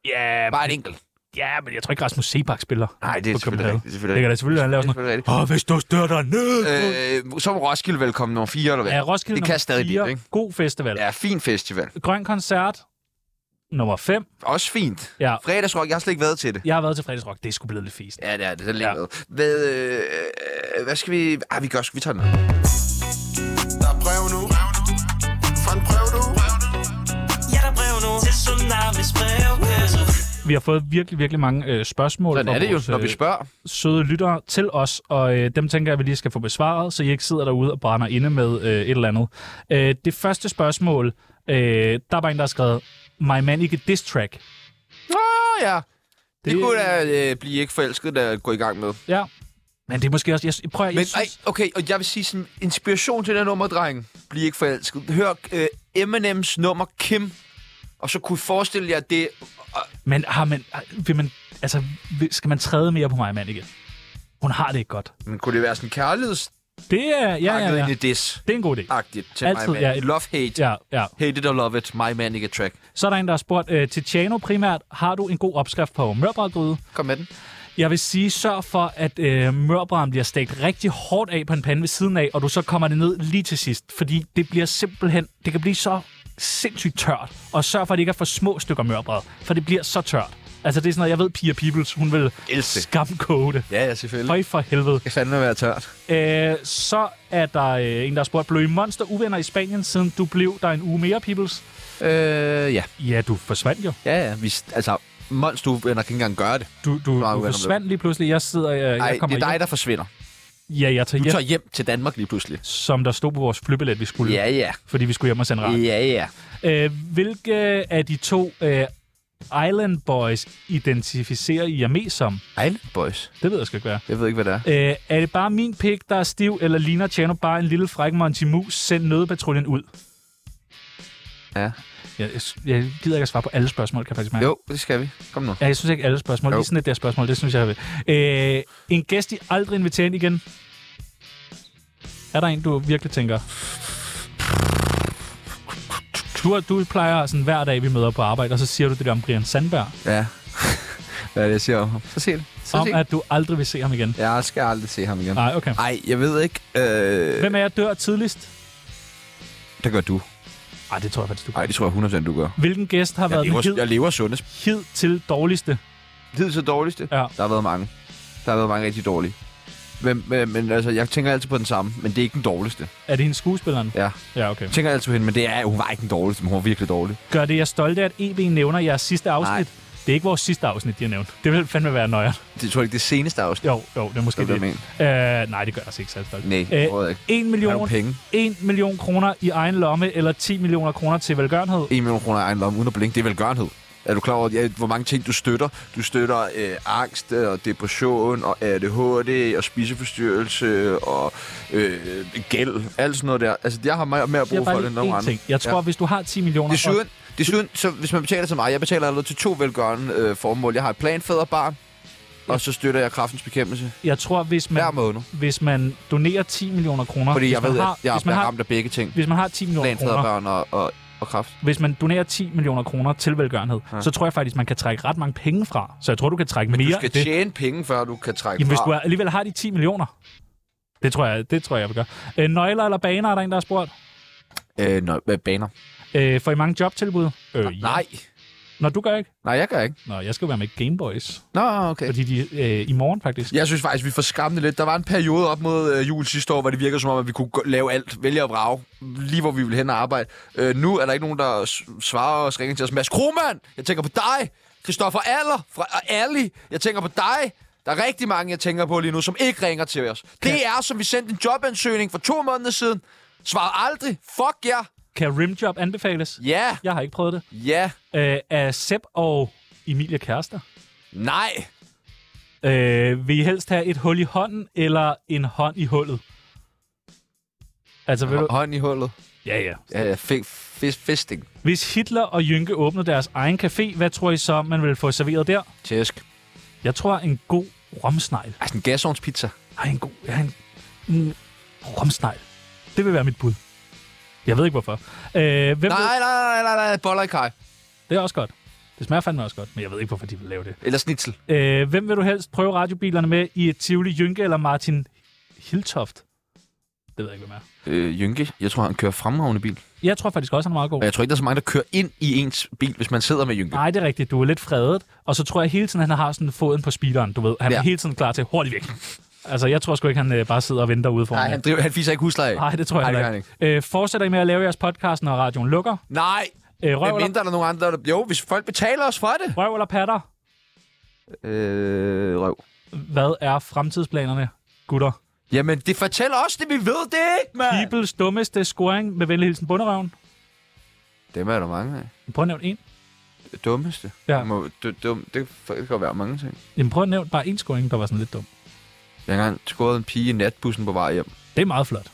[SPEAKER 4] ja,
[SPEAKER 3] Bare et enkelt.
[SPEAKER 4] ja, men jeg tror ikke, Rasmus Sebak spiller.
[SPEAKER 3] Nej, det er
[SPEAKER 4] på
[SPEAKER 3] selvfølgelig
[SPEAKER 4] Copenhagen.
[SPEAKER 3] rigtigt, selvfølgelig
[SPEAKER 4] Det
[SPEAKER 3] rigtigt.
[SPEAKER 4] kan da selvfølgelig, han laver sådan
[SPEAKER 3] Selvfølgelig
[SPEAKER 4] noget. Åh, hvis du størter ned!
[SPEAKER 3] Øh, så må Roskilde vel komme nummer 4, eller hvad?
[SPEAKER 4] Ja, Roskilde
[SPEAKER 3] det kan
[SPEAKER 4] nummer
[SPEAKER 3] stadig
[SPEAKER 4] fire.
[SPEAKER 3] lidt, ikke?
[SPEAKER 4] God festival. Ja.
[SPEAKER 3] Ja, fin festival.
[SPEAKER 4] Grøn koncert nummer 5.
[SPEAKER 3] Også fint.
[SPEAKER 4] Ja.
[SPEAKER 3] Fredagsrock, jeg har slet ikke været til det.
[SPEAKER 4] Jeg har været til fredagsrock. Det er sgu blevet lidt fest.
[SPEAKER 3] Ja, det er det. Det er længe
[SPEAKER 4] Ja.
[SPEAKER 3] ja. Hvad, øh, øh, hvad skal vi... Ah, vi gør sgu. Vi tager den.
[SPEAKER 2] Der er brev nu. Fra en brev nu.
[SPEAKER 1] Ja, der er brev nu til Tsunamis brevkasse.
[SPEAKER 4] Vi har fået virkelig, virkelig mange øh, spørgsmål
[SPEAKER 3] Sådan
[SPEAKER 4] fra
[SPEAKER 3] er det jo,
[SPEAKER 4] vores,
[SPEAKER 3] når vi
[SPEAKER 4] øh,
[SPEAKER 3] spørger.
[SPEAKER 4] søde lyttere til os, og øh, dem tænker jeg, vi lige skal få besvaret, så I ikke sidder derude og brænder inde med øh, et eller andet. Øh, det første spørgsmål, øh, der var en, der har skrevet, My man ikke diss track.
[SPEAKER 3] Åh, ja. Det, det
[SPEAKER 4] Det-
[SPEAKER 3] kunne da øh, blive ikke forelsket, da gå i gang med.
[SPEAKER 4] Ja, men det er måske også... Jeg, prøv at,
[SPEAKER 3] Men
[SPEAKER 4] jeg
[SPEAKER 3] ej,
[SPEAKER 4] synes,
[SPEAKER 3] okay, og jeg vil sige sådan, inspiration til den nummer, dreng. Bliv ikke forelsket. Hør øh, Eminems nummer Kim, og så kunne I forestille jer det.
[SPEAKER 4] men har man, vil man, altså, vil- skal man træde mere på mig, mand, ikke? Hun har det ikke godt.
[SPEAKER 3] Men kunne det være sådan kærligheds
[SPEAKER 4] Det er, ja, ja, ja.
[SPEAKER 3] ind i dis
[SPEAKER 4] Det er en god idé.
[SPEAKER 3] agtigt til
[SPEAKER 4] Altid,
[SPEAKER 3] Altid, my man.
[SPEAKER 4] ja.
[SPEAKER 3] Ja. Love hate. Ja.
[SPEAKER 4] Ja, ja.
[SPEAKER 3] Hate it or love it, my man ikke track.
[SPEAKER 4] Så er der en, der har spurgt, øh, til Tjano primært, har du en god opskrift på mørbrødgryde?
[SPEAKER 3] Kom med den.
[SPEAKER 4] Jeg vil sige, sørg for, at øh, mørbraden bliver stegt rigtig hårdt af på en pande ved siden af, og du så kommer det ned lige til sidst, fordi det bliver simpelthen, det kan blive så sindssygt tørt, og sørg for, at det ikke er for små stykker mørbrad, for det bliver så tørt. Altså det er sådan noget, jeg ved Pia Peoples, hun vil
[SPEAKER 3] Elske det.
[SPEAKER 4] skamkoge det.
[SPEAKER 3] Ja, ja, selvfølgelig.
[SPEAKER 4] Høj for helvede.
[SPEAKER 3] Det kan fandme være tørt.
[SPEAKER 4] Øh, så er der øh, en, der har spurgt, blev I monster uvenner i Spanien, siden du blev der en uge mere, Peoples?
[SPEAKER 3] Øh, ja.
[SPEAKER 4] Ja, du forsvandt jo.
[SPEAKER 3] Ja, ja. Vi, altså, Måns, du ender ikke engang gøre det.
[SPEAKER 4] Du, du,
[SPEAKER 3] uvenner
[SPEAKER 4] du
[SPEAKER 3] blev du.
[SPEAKER 4] forsvandt lige pludselig. Jeg sidder, øh, jeg,
[SPEAKER 3] Nej,
[SPEAKER 4] jeg
[SPEAKER 3] det
[SPEAKER 4] kommer
[SPEAKER 3] er dig,
[SPEAKER 4] hjem.
[SPEAKER 3] der forsvinder.
[SPEAKER 4] Ja, jeg tager
[SPEAKER 3] Du
[SPEAKER 4] hjem,
[SPEAKER 3] tager hjem til Danmark lige pludselig.
[SPEAKER 4] som der stod på vores flybillet, vi skulle.
[SPEAKER 3] Ja, ja.
[SPEAKER 4] fordi vi skulle hjem og sende radio.
[SPEAKER 3] Ja, ja.
[SPEAKER 4] Øh, hvilke af de to øh, Island Boys identificerer I jer mest som?
[SPEAKER 3] Island Boys.
[SPEAKER 4] Det ved jeg sgu ikke, hvad er.
[SPEAKER 3] Jeg ved ikke, hvad det er.
[SPEAKER 4] Øh, er det bare min pik, der er stiv, eller ligner Tjerno bare en lille fræk Monty Mus? Send nødepatruljen ud.
[SPEAKER 3] Ja.
[SPEAKER 4] Jeg, jeg, jeg gider ikke at svare på alle spørgsmål, kan jeg faktisk mærke.
[SPEAKER 3] Jo, det skal vi. Kom nu.
[SPEAKER 4] Ja, jeg synes ikke alle spørgsmål.
[SPEAKER 3] Jo.
[SPEAKER 4] Lige sådan et der spørgsmål, det synes jeg, jeg vil. Øh, en gæst, I aldrig inviterer ind igen? Er der en, du virkelig tænker? Du, du plejer sådan hver dag, vi møder på arbejde, og så siger du det der om Brian Sandberg.
[SPEAKER 3] Ja. (laughs) hvad er det, jeg siger om ham? Så se det. Så
[SPEAKER 4] om
[SPEAKER 3] se.
[SPEAKER 4] at du aldrig vil se ham igen.
[SPEAKER 3] Jeg skal aldrig se ham igen.
[SPEAKER 4] Nej, okay.
[SPEAKER 3] Nej, jeg ved ikke. Øh,
[SPEAKER 4] Hvem er jeg dør tidligst?
[SPEAKER 3] det gør du.
[SPEAKER 4] Nej, det tror jeg faktisk, du gør.
[SPEAKER 3] Nej, det tror jeg 100% du gør.
[SPEAKER 4] Hvilken gæst har
[SPEAKER 3] Jeg
[SPEAKER 4] været den
[SPEAKER 3] lever, jeg
[SPEAKER 4] hid,
[SPEAKER 3] lever sundest.
[SPEAKER 4] hid til dårligste?
[SPEAKER 3] Tid så dårligste.
[SPEAKER 4] Ja.
[SPEAKER 3] Der har været mange. Der har været mange rigtig dårlige. Men, men, men altså, jeg tænker altid på den samme, men det er ikke den dårligste.
[SPEAKER 4] Er det hende skuespilleren?
[SPEAKER 3] Ja.
[SPEAKER 4] Ja, okay.
[SPEAKER 3] Jeg tænker altid på hende, men det er, hun var ikke den dårligste, men hun var virkelig dårlig.
[SPEAKER 4] Gør det, jeg er stolt af, at EB nævner jeres sidste afsnit?
[SPEAKER 3] Nej.
[SPEAKER 4] Det er ikke vores sidste afsnit, de har nævnt. Det vil fandme være nøjeren.
[SPEAKER 3] Det tror jeg ikke, det seneste afsnit.
[SPEAKER 4] Jo, jo, det er måske
[SPEAKER 3] Det var
[SPEAKER 4] det.
[SPEAKER 3] det,
[SPEAKER 4] Øh, nej, det gør altså ikke særlig stolt.
[SPEAKER 3] Nej, det tror jeg ikke. Har
[SPEAKER 4] 1
[SPEAKER 3] du
[SPEAKER 4] million,
[SPEAKER 3] penge?
[SPEAKER 4] 1 million kroner i egen lomme, eller 10 millioner kroner til velgørenhed.
[SPEAKER 3] 1 million kroner i egen lomme uden at blinke, det er velgørenhed. Er du klar over, ja, hvor mange ting du støtter? Du støtter øh, angst øh, og depression og ADHD og spiseforstyrrelse og øh, gæld. Alt sådan noget der. Altså, jeg har mere, mere
[SPEAKER 4] Jeg
[SPEAKER 3] brug
[SPEAKER 4] bare
[SPEAKER 3] for det end
[SPEAKER 4] lige
[SPEAKER 3] nogen
[SPEAKER 4] én
[SPEAKER 3] andre.
[SPEAKER 4] ting. Jeg tror,
[SPEAKER 3] Ja.
[SPEAKER 4] ja. hvis du har 10 millioner...
[SPEAKER 3] Desuden, desuden så hvis man betaler til mig, jeg betaler allerede til to velgørende øh, formål. Jeg har et planfaderbarn, og så støtter jeg kraftens bekæmpelse
[SPEAKER 4] og Jeg tror, hvis
[SPEAKER 3] hver
[SPEAKER 4] man,
[SPEAKER 3] måned.
[SPEAKER 4] hvis man donerer 10 millioner kroner...
[SPEAKER 3] Fordi
[SPEAKER 4] hvis
[SPEAKER 3] jeg
[SPEAKER 4] man
[SPEAKER 3] ved, at
[SPEAKER 4] har,
[SPEAKER 3] jeg
[SPEAKER 4] hvis man
[SPEAKER 3] er
[SPEAKER 4] har,
[SPEAKER 3] ramt af begge ting.
[SPEAKER 4] hvis man har 10 millioner kroner,
[SPEAKER 3] Planfaderbarn og, og, og kraft.
[SPEAKER 4] hvis man donerer 10 millioner kroner til velgørenhed, ja. så tror jeg faktisk, man kan trække ret mange penge fra. Så jeg tror, du kan trække
[SPEAKER 3] Men
[SPEAKER 4] mere
[SPEAKER 3] du skal
[SPEAKER 4] end det.
[SPEAKER 3] tjene penge, før du kan trække
[SPEAKER 4] Jamen, hvis
[SPEAKER 3] fra.
[SPEAKER 4] du er, alligevel har de 10 millioner. Det tror jeg, det tror jeg, jeg vil gøre. Øh, nøgler eller baner, er der en, der har spurgt?
[SPEAKER 3] Øh, nøj, hvad baner.
[SPEAKER 4] Øh, får I mange jobtilbud? Øh, ja.
[SPEAKER 3] Nej.
[SPEAKER 4] Nå, du gør ikke?
[SPEAKER 3] Nej, jeg gør ikke.
[SPEAKER 4] Nå, jeg skal jo være med Gameboys.
[SPEAKER 3] Nå, okay.
[SPEAKER 4] Fordi de øh, i morgen faktisk.
[SPEAKER 3] Jeg synes faktisk, vi får skammet lidt. Der var en periode op mod øh, jul sidste år, hvor det virkede som om, at vi kunne gå- lave alt, vælge og vrage, lige hvor vi ville hen og arbejde. Øh, nu er der ikke nogen, der s- svarer os, ringer til os. Mads Kromand, jeg tænker på dig. Christoffer Aller fra og Ali, jeg tænker på dig. Der er rigtig mange, jeg tænker på lige nu, som ikke ringer til os. Det er, som vi sendte en jobansøgning for to måneder siden. Svar aldrig. Fuck jer.
[SPEAKER 4] Kan rimjob anbefales?
[SPEAKER 3] Ja.
[SPEAKER 4] Jeg har ikke prøvet det.
[SPEAKER 3] Ja.
[SPEAKER 4] Øh, er Sepp og Emilie kærester?
[SPEAKER 3] Nej.
[SPEAKER 4] Øh, vil I helst have et hul i hånden, eller en hånd i hullet? Altså, vil du...
[SPEAKER 3] Hånd i hullet.
[SPEAKER 4] Ja, ja.
[SPEAKER 3] Ja, jeg fik fis, fisting.
[SPEAKER 4] Hvis Hitler og Jynke åbner deres egen café, hvad tror I så, man vil få serveret der?
[SPEAKER 3] Tæsk.
[SPEAKER 4] Jeg tror, en god romsnegl.
[SPEAKER 3] Altså en gasovnspizza.
[SPEAKER 4] Ej, en god... Ja, en, en romsnegl. Det vil være mit bud. Jeg ved ikke, hvorfor. Øh, hvem
[SPEAKER 3] Nej,
[SPEAKER 4] Ved?
[SPEAKER 3] nej, nej, nej, nej, boller i kaj.
[SPEAKER 4] Det er også godt. Det smager fandme også godt, men jeg ved ikke, hvorfor de vil lave det.
[SPEAKER 3] Eller snitsel.
[SPEAKER 4] Øh, hvem vil du helst prøve radiobilerne med i et Tivoli Jynke eller Martin Hiltoft? Det ved jeg ikke, hvem er.
[SPEAKER 3] Øh, Jynke, jeg tror, han kører fremragende bil.
[SPEAKER 4] Jeg tror faktisk også, han er meget god.
[SPEAKER 3] Og jeg tror ikke, der er så mange, der kører ind i ens bil, hvis man sidder med Jynke.
[SPEAKER 4] Nej, det er rigtigt. Du er lidt fredet. Og så tror jeg hele tiden, han har sådan foden på speederen, du ved. Han ja. er
[SPEAKER 3] Ja.
[SPEAKER 4] hele tiden klar til hurtigt væk. Altså, jeg tror sgu ikke, han øh, bare sidder og venter ude foran.
[SPEAKER 3] Nej, han, driver, han fiser ikke husleje. af.
[SPEAKER 4] Nej, det tror jeg
[SPEAKER 3] Nej, det
[SPEAKER 4] heller
[SPEAKER 3] gør han
[SPEAKER 4] ikke. Øh, fortsætter I med at lave jeres podcast, når radioen lukker?
[SPEAKER 3] Nej,
[SPEAKER 4] Øh, røv,
[SPEAKER 3] men
[SPEAKER 4] eller,
[SPEAKER 3] mindre der er nogen andre, der... Jo, hvis folk betaler os for det.
[SPEAKER 4] røv eller patter?
[SPEAKER 3] Øh, røv.
[SPEAKER 4] Hvad er fremtidsplanerne, gutter?
[SPEAKER 3] Jamen, det fortæller os det, vi ved det ikke, mand!
[SPEAKER 4] Bibels dummeste scoring med venlig hilsen bunderøven.
[SPEAKER 3] Dem er der mange af.
[SPEAKER 4] Prøv at nævne en.
[SPEAKER 3] Det dummeste.
[SPEAKER 4] Ja.
[SPEAKER 3] Jeg Må, du, dum, det, det kan være mange ting.
[SPEAKER 4] Jamen, prøv at nævne bare en scoring, der var sådan lidt dum.
[SPEAKER 3] Jeg har engang skåret en pige i natbussen på vej hjem.
[SPEAKER 4] Det er meget flot.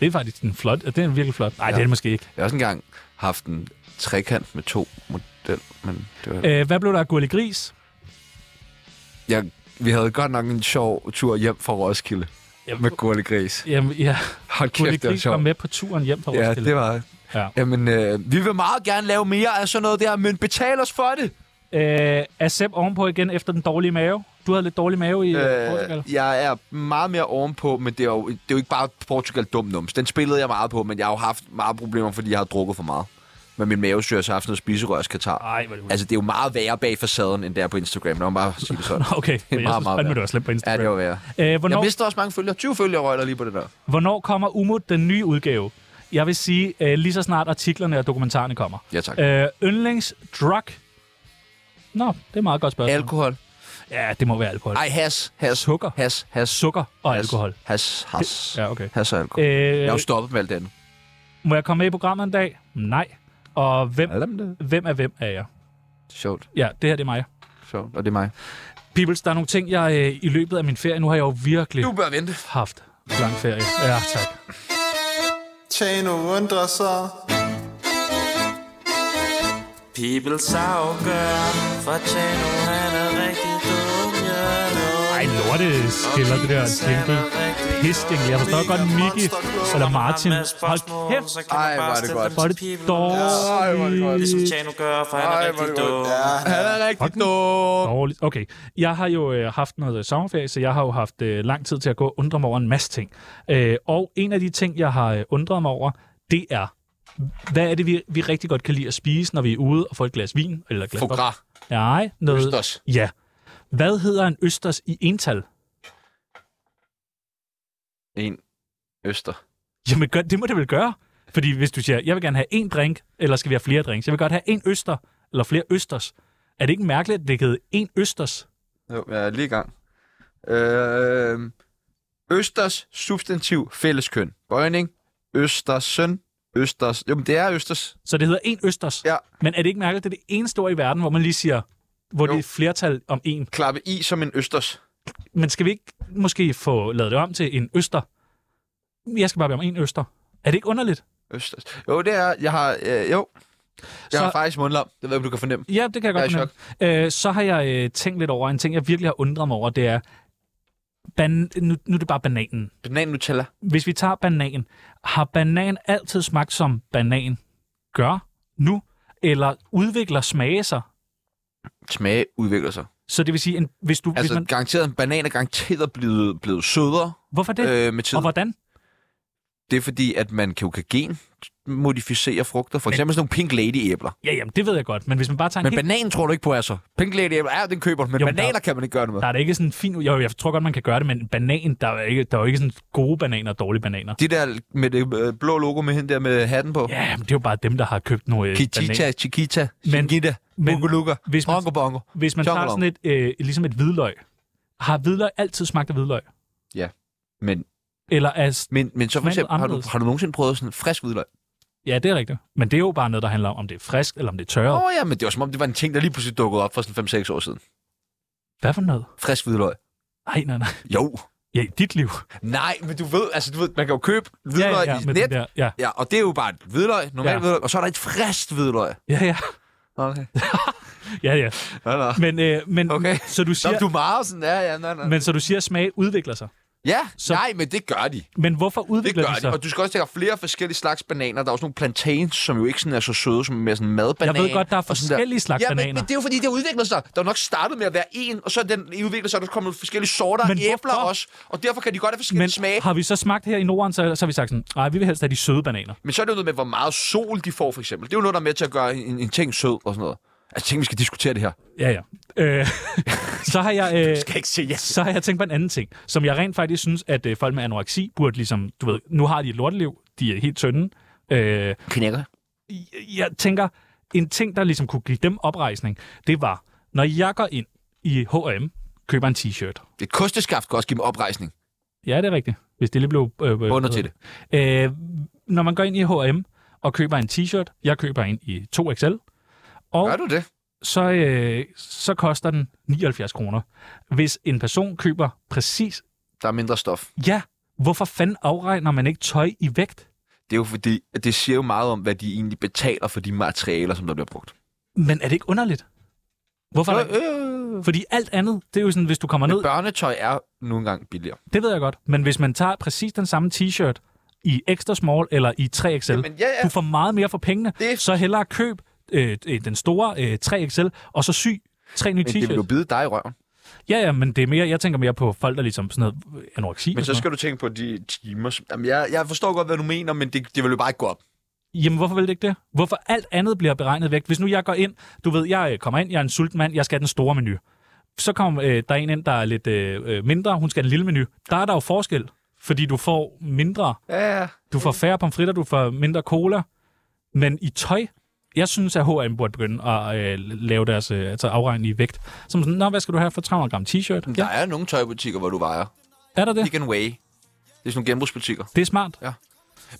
[SPEAKER 4] Det er faktisk en flot. Det er en virkelig flot. Nej, ja. det er det måske ikke.
[SPEAKER 3] Jeg har også engang haft en trekant med to model, men det var...
[SPEAKER 4] Øh, hvad blev der af Gurli Gris?
[SPEAKER 3] Jeg, vi havde godt nok en sjov tur hjem fra Roskilde.
[SPEAKER 4] Jamen,
[SPEAKER 3] med Gurle Gris.
[SPEAKER 4] Jamen, ja.
[SPEAKER 3] Hold
[SPEAKER 4] Gurli
[SPEAKER 3] kæft, det var
[SPEAKER 4] Gris var
[SPEAKER 3] sjovt.
[SPEAKER 4] med på turen hjem fra
[SPEAKER 3] Ja,
[SPEAKER 4] Roskilde.
[SPEAKER 3] det var
[SPEAKER 4] Ja.
[SPEAKER 3] Jamen, øh, vi vil meget gerne lave mere af sådan noget der, men betal os for det.
[SPEAKER 4] Øh, er Sepp ovenpå igen efter den dårlige mave? Du havde lidt dårlig mave i øh, Portugal.
[SPEAKER 3] Øh, jeg er meget mere ovenpå, men det er jo, det er jo ikke bare Portugal dum nums. Den spillede jeg meget på, men jeg har jo haft meget problemer, fordi jeg har drukket for meget. Men min mavesyre har haft noget spiserørskatar.
[SPEAKER 4] Ej, hvor er det
[SPEAKER 3] Altså, det er jo meget værre bag facaden, end det er på Instagram. Når man bare sige det
[SPEAKER 4] (laughs)
[SPEAKER 3] sådan.
[SPEAKER 4] Nå, Okay, men jeg
[SPEAKER 3] meget,
[SPEAKER 4] synes
[SPEAKER 3] meget
[SPEAKER 4] fandme,
[SPEAKER 3] værd.
[SPEAKER 4] det var slemt på
[SPEAKER 3] ja,
[SPEAKER 4] Instagram.
[SPEAKER 3] det var værre.
[SPEAKER 4] Øh,
[SPEAKER 3] Jeg
[SPEAKER 4] hvornår,
[SPEAKER 3] mister også mange følgere. 20 følgere røg der lige på det der.
[SPEAKER 4] hvornår kommer Umut den nye udgave? Jeg vil sige, øh, lige så snart artiklerne og dokumentarerne kommer.
[SPEAKER 3] Ja, tak.
[SPEAKER 4] Øh, yndlingsdrug? Nå, det er et meget godt spørgsmål.
[SPEAKER 3] Alkohol.
[SPEAKER 4] ja, det må være alkohol.
[SPEAKER 3] Ej, has. Has.
[SPEAKER 4] Sukker.
[SPEAKER 3] Has. Has.
[SPEAKER 4] Sukker og
[SPEAKER 3] has.
[SPEAKER 4] alkohol.
[SPEAKER 3] Has. Has.
[SPEAKER 4] Ja, okay.
[SPEAKER 3] Has og alkohol. Jeg har
[SPEAKER 4] Øh,
[SPEAKER 3] jo stoppet med alt det andet.
[SPEAKER 4] må jeg komme med i programmet en dag? Nej. Og hvem,
[SPEAKER 3] Allemde.
[SPEAKER 4] hvem er hvem er jeg?
[SPEAKER 3] Sjovt.
[SPEAKER 4] Ja, det her det er mig.
[SPEAKER 3] Sjovt. Og det er mig.
[SPEAKER 4] Peoples, der er nogle ting, jeg øh, i løbet af min ferie, nu har jeg jo virkelig
[SPEAKER 3] Du bør vente.
[SPEAKER 4] haft lang ferie. Ja, tak.
[SPEAKER 2] Tjano undrer sig.
[SPEAKER 1] People afgør, for Tjano han er rigtig dum, ja.
[SPEAKER 4] Ej, lorte skiller det der jingle. Pissjingle. Jeg forstår godt Miki eller Martin. Hold kæft,
[SPEAKER 3] Ej, hvor er det godt.
[SPEAKER 4] hvor er det
[SPEAKER 3] Ej, hvor er det godt.
[SPEAKER 1] Det som
[SPEAKER 4] dårligt.
[SPEAKER 1] Tjano gør, for han er
[SPEAKER 3] Ej, hvor er
[SPEAKER 1] rigtig
[SPEAKER 3] det godt.
[SPEAKER 1] dum.
[SPEAKER 3] Han er rigtig dum.
[SPEAKER 4] Dårligt. Okay, jeg har jo øh, haft noget sommerferie, så jeg har jo haft øh, lang tid til at gå og undre mig over en masse ting. Øh, og en af de ting, jeg har øh, undret mig over, det er, hvad er det, vi, vi rigtig godt kan lide at spise, når vi er ude og får et glas vin? Eller et glas
[SPEAKER 3] Fogra.
[SPEAKER 4] Nej, noget...
[SPEAKER 3] Østers.
[SPEAKER 4] Ja. Hvad hedder en østers i ental?
[SPEAKER 3] En øster.
[SPEAKER 4] Jamen, gør, det må det vel gøre. Fordi hvis du siger, jeg vil gerne have en drink, eller skal vi have flere drinks? Jeg vil godt have en øster, eller flere østers. Er det ikke mærkeligt, at det hedder en østers?
[SPEAKER 3] Jo, jeg er lige i gang. Øh, østers substantiv fælleskøn. Bøjning. Østers søn. Østers. Jo, men det er Østers.
[SPEAKER 4] Så det hedder en østers.
[SPEAKER 3] Ja.
[SPEAKER 4] Men er det ikke mærkeligt, at det er det eneste ord i verden, hvor man lige siger, hvor jo.
[SPEAKER 3] Jo.
[SPEAKER 4] det er flertal om en.
[SPEAKER 3] Klappe i som en Østers.
[SPEAKER 4] Men skal vi ikke måske få lavet det om til en øster? Jeg skal bare bede om en øster. Er det ikke underligt?
[SPEAKER 3] Østers. Jo, det er... Jeg har... Øh, jo. Jeg
[SPEAKER 4] Så-
[SPEAKER 3] har faktisk mundlam. Det ved jeg, om du kan fornemme.
[SPEAKER 4] Ja, det kan jeg godt
[SPEAKER 3] Jeg er i
[SPEAKER 4] fornemme. Øh, så har jeg øh, tænkt lidt over, en ting, jeg virkelig har undret mig over, det er, ban- nu, nu er det bare bananen.
[SPEAKER 3] Banan Nutella.
[SPEAKER 4] hvis vi tager banan, har banan altid smagt som banan gør nu, eller udvikler smage sig?
[SPEAKER 3] Smage udvikler sig.
[SPEAKER 4] Så det vil sige, en, hvis du... Altså,
[SPEAKER 3] Altså,
[SPEAKER 4] hvis man,
[SPEAKER 3] garanteret en banan er garanteret blevet, blevet sødere
[SPEAKER 4] hvorfor det? Øh,
[SPEAKER 3] øh, med tiden.
[SPEAKER 4] og hvordan?
[SPEAKER 3] Det er fordi, at man kan jo kan genmodificere frugter. For eksempel sådan nogle Pink Lady-æbler.
[SPEAKER 4] Ja, jamen, det ved jeg godt, men hvis man bare tager
[SPEAKER 3] Men
[SPEAKER 4] en helt...
[SPEAKER 3] bananen tror du ikke på, altså. Pink Lady æbler, ja, den køber du, men jo,
[SPEAKER 4] Jo, men
[SPEAKER 3] bananer
[SPEAKER 4] der-
[SPEAKER 3] kan man ikke gøre noget med.
[SPEAKER 4] Der er det ikke sådan fin... Jo, jeg tror godt, man kan gøre det, men banan, der er, ikke, der er jo ikke sådan gode bananer og dårlige bananer.
[SPEAKER 3] De der med det øh, blå logo med hende der med hatten på.
[SPEAKER 4] Ja, men det er jo bare dem, der har købt nogle øh, bananer.
[SPEAKER 3] Kichita, Chiquita,
[SPEAKER 4] Men-
[SPEAKER 3] Chiquita,
[SPEAKER 4] men-
[SPEAKER 3] Muguluka,
[SPEAKER 4] hvis man-
[SPEAKER 3] Bongo Bongo.
[SPEAKER 4] Hvis man tager
[SPEAKER 3] Chokolade.
[SPEAKER 4] sådan et, øh, ligesom et hvidløg, har hvidløg altid smagt af hvidløg?
[SPEAKER 3] Men,
[SPEAKER 4] Eller er...
[SPEAKER 3] men, men så for
[SPEAKER 4] Smager
[SPEAKER 3] eksempel, har du,
[SPEAKER 4] anderledes.
[SPEAKER 3] har du nogensinde prøvet sådan frisk hvidløg?
[SPEAKER 4] Ja, det er rigtigt. Men det er jo bare noget, der handler om, om det er frisk, eller om det er
[SPEAKER 3] Åh
[SPEAKER 4] tørret.
[SPEAKER 3] oh, ja, men det var som om, det var en ting, der lige pludselig dukkede op for sådan 5-6 år siden.
[SPEAKER 4] Hvad for noget?
[SPEAKER 3] Frisk hvidløg.
[SPEAKER 4] Ej, nej, nej.
[SPEAKER 3] Jo,
[SPEAKER 4] Ja, i dit liv.
[SPEAKER 3] Nej, men du ved, altså du ved, man kan jo købe hvidløg
[SPEAKER 4] ja,
[SPEAKER 3] i
[SPEAKER 4] med
[SPEAKER 3] net.
[SPEAKER 4] den der, ja.
[SPEAKER 3] ja, og det er jo bare et hvidløg, normalt
[SPEAKER 4] Ja.
[SPEAKER 3] ja. hvidløg, og så er der et frist hvidløg.
[SPEAKER 4] Ja, ja.
[SPEAKER 3] Okay.
[SPEAKER 4] ja, ja.
[SPEAKER 3] Nå, nå.
[SPEAKER 4] Men, øh, men
[SPEAKER 3] Okay.
[SPEAKER 4] så du
[SPEAKER 3] Nå,
[SPEAKER 4] siger,
[SPEAKER 3] du er meget sådan, ja, ja, nej, nej.
[SPEAKER 4] men så du siger, at smag udvikler sig.
[SPEAKER 3] Ja,
[SPEAKER 4] Så-
[SPEAKER 3] så... nej, men det gør de.
[SPEAKER 4] Men hvorfor
[SPEAKER 3] Det
[SPEAKER 4] udvikler
[SPEAKER 3] gør
[SPEAKER 4] de
[SPEAKER 3] de.
[SPEAKER 4] sig?
[SPEAKER 3] Og du skal også have flere forskellige slags bananer. Der er også nogle plantains, som jo ikke sådan er så søde, som er mere sådan madbanan.
[SPEAKER 4] Jeg ved godt, der er
[SPEAKER 3] og sådan
[SPEAKER 4] forskellige slags
[SPEAKER 3] ja,
[SPEAKER 4] bananer.
[SPEAKER 3] Men, men, det er jo fordi, det har udviklet sig. Der er nok startet med at være en, og så er den udviklet sig, og der er kommet forskellige sorter
[SPEAKER 4] Men
[SPEAKER 3] af æbler
[SPEAKER 4] hvorfor?
[SPEAKER 3] også. Og derfor kan de godt have forskellige
[SPEAKER 4] Men
[SPEAKER 3] smage.
[SPEAKER 4] har vi så smagt her i Norden, så, så har vi sagt sådan, nej, vi vil helst have de søde bananer.
[SPEAKER 3] Men så er det jo noget med, hvor meget sol de får, for eksempel. Det er jo noget, der er med til at gøre en, en ting sød og sådan noget. Altså, tænk, vi skal diskutere det her.
[SPEAKER 4] Ja, ja. Øh, (laughs) så har jeg... Øh,
[SPEAKER 3] ikke sige ja.
[SPEAKER 4] så har jeg tænkt på en anden ting, som jeg rent faktisk synes, at øh, folk med anoreksi burde ligesom, du ved, nu har de et lorteliv, de er helt tynde. Øh,
[SPEAKER 3] Knækker.
[SPEAKER 4] jeg tænker, en ting, der ligesom kunne give dem oprejsning, det var, når jeg går ind i H&M, køber en t-shirt.
[SPEAKER 3] Et kosteskaft kan også give dem oprejsning.
[SPEAKER 4] Ja, det er rigtigt. Hvis det lige blev... Øh,
[SPEAKER 3] Bunder til det.
[SPEAKER 4] Øh, når man går ind i H&M og køber en t-shirt, jeg køber en i 2XL, og
[SPEAKER 3] Gør du det?
[SPEAKER 4] så, øh, så koster den 79 kroner. Hvis en person køber præcis...
[SPEAKER 3] Der er mindre stof.
[SPEAKER 4] Ja, hvorfor fanden afregner man ikke tøj i vægt?
[SPEAKER 3] Det er jo fordi, at det siger jo meget om, hvad de egentlig betaler for de materialer, som der bliver brugt.
[SPEAKER 4] Men er det ikke underligt? Hvorfor? Øh,
[SPEAKER 3] øh.
[SPEAKER 4] Fordi alt andet, det er jo sådan, hvis du kommer ned...
[SPEAKER 3] Men børnetøj er nu engang billigere.
[SPEAKER 4] Det ved jeg godt. Men hvis man tager præcis den samme t-shirt i extra small eller i 3XL,
[SPEAKER 3] Jamen, ja, ja.
[SPEAKER 4] du får meget mere for pengene.
[SPEAKER 3] Det-
[SPEAKER 4] Så hellere køb øh, øh, den store øh, 3XL, og så sy tre nye
[SPEAKER 3] Men det vil jo
[SPEAKER 4] t-shirts.
[SPEAKER 3] bide dig i røven.
[SPEAKER 4] Ja, ja, men det er mere, jeg tænker mere på folk, der ligesom sådan noget øh, anoreksi.
[SPEAKER 3] Men
[SPEAKER 4] og
[SPEAKER 3] så
[SPEAKER 4] sådan
[SPEAKER 3] skal du tænke på de timer. Som... Jamen, jeg, jeg forstår godt, hvad du mener, men det, det vil jo bare ikke gå op.
[SPEAKER 4] Jamen, hvorfor vil det ikke det? Hvorfor alt andet bliver beregnet væk? Hvis nu jeg går ind, du ved, jeg øh, kommer ind, jeg er en sulten mand, jeg skal have den store menu. Så kommer øh, der en ind, der er lidt øh, øh, mindre, hun skal have en lille menu. Der er der jo forskel, fordi du får mindre.
[SPEAKER 3] Ja, ja.
[SPEAKER 4] Du får færre pomfritter, du får mindre cola. Men i tøj, jeg synes, at H&M burde begynde at øh, lave deres øh, altså afregning i vægt. Som sådan, nå, hvad skal du have for 300 gram t-shirt?
[SPEAKER 3] Der er nogle tøjbutikker, hvor du vejer.
[SPEAKER 4] Er der det?
[SPEAKER 3] Pick and weigh. Det er sådan nogle genbrugsbutikker.
[SPEAKER 4] Det er smart.
[SPEAKER 3] Men,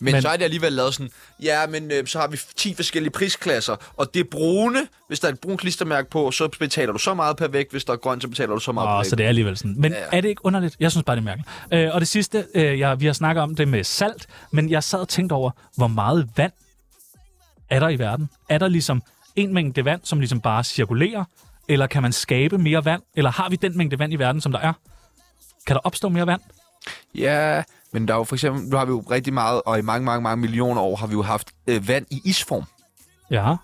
[SPEAKER 4] Men-
[SPEAKER 3] men så er det alligevel lavet sådan, ja, men øh, så har vi 10 forskellige prisklasser, og det er brune, hvis der er et brunt klistermærke på, så betaler du så meget per vægt, hvis der er grønt, så betaler du så meget per
[SPEAKER 4] Åh,
[SPEAKER 3] vægt.
[SPEAKER 4] så det er alligevel sådan. Men ja,
[SPEAKER 3] Ja, ja.
[SPEAKER 4] er det ikke underligt? Jeg synes bare, det er mærkeligt. Øh, og det sidste, øh, jeg, vi har snakket om det med salt, men jeg sad og tænkte over, hvor meget vand er der i verden? Er der ligesom en mængde vand, som ligesom bare cirkulerer? Eller kan man skabe mere vand? Eller har vi den mængde vand i verden, som der er? Kan der opstå mere vand?
[SPEAKER 3] Ja, men der er jo for eksempel, nu har vi jo rigtig meget, og i mange, mange, mange millioner år har vi jo haft øh, vand i isform.
[SPEAKER 4] Ja. Nå,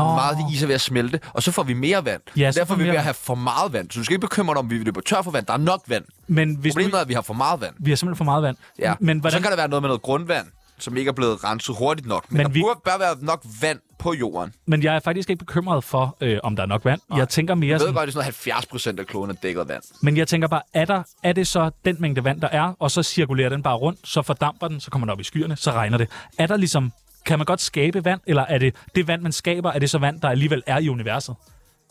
[SPEAKER 3] Oh. Meget af det is er ved at smelte, og så får vi mere vand.
[SPEAKER 4] Ja, så
[SPEAKER 3] Derfor
[SPEAKER 4] får vi
[SPEAKER 3] vil vi
[SPEAKER 4] mere
[SPEAKER 3] ved at have for meget vand. Så du skal ikke bekymre dig om, at vi løber tør for vand. Der er nok vand.
[SPEAKER 4] men hvis
[SPEAKER 3] Problemet
[SPEAKER 4] du,
[SPEAKER 3] er, at vi har for meget vand.
[SPEAKER 4] vi har simpelthen for meget vand.
[SPEAKER 3] Ja.
[SPEAKER 4] Men
[SPEAKER 3] Så
[SPEAKER 4] hvordan,
[SPEAKER 3] kan der være noget med noget grundvand, som ikke er blevet renset hurtigt nok. Men,
[SPEAKER 4] Men
[SPEAKER 3] men der
[SPEAKER 4] vi-
[SPEAKER 3] vi... burde, bør være nok vand på jorden.
[SPEAKER 4] men jeg er faktisk ikke bekymret for, øh, om der er nok vand. Nej. Jeg tænker mere
[SPEAKER 3] Jeg ved
[SPEAKER 4] sådan,
[SPEAKER 3] godt, det er sådan noget 70 procent af kloden er dækket af vand.
[SPEAKER 4] Men jeg tænker bare, er, der, er det så den mængde vand, der er, og så cirkulerer den bare rundt, så fordamper den, så kommer den op i skyerne, så regner det. Er der ligesom, kan man godt skabe vand, eller er det det vand, man skaber, er det så vand, der alligevel er i universet?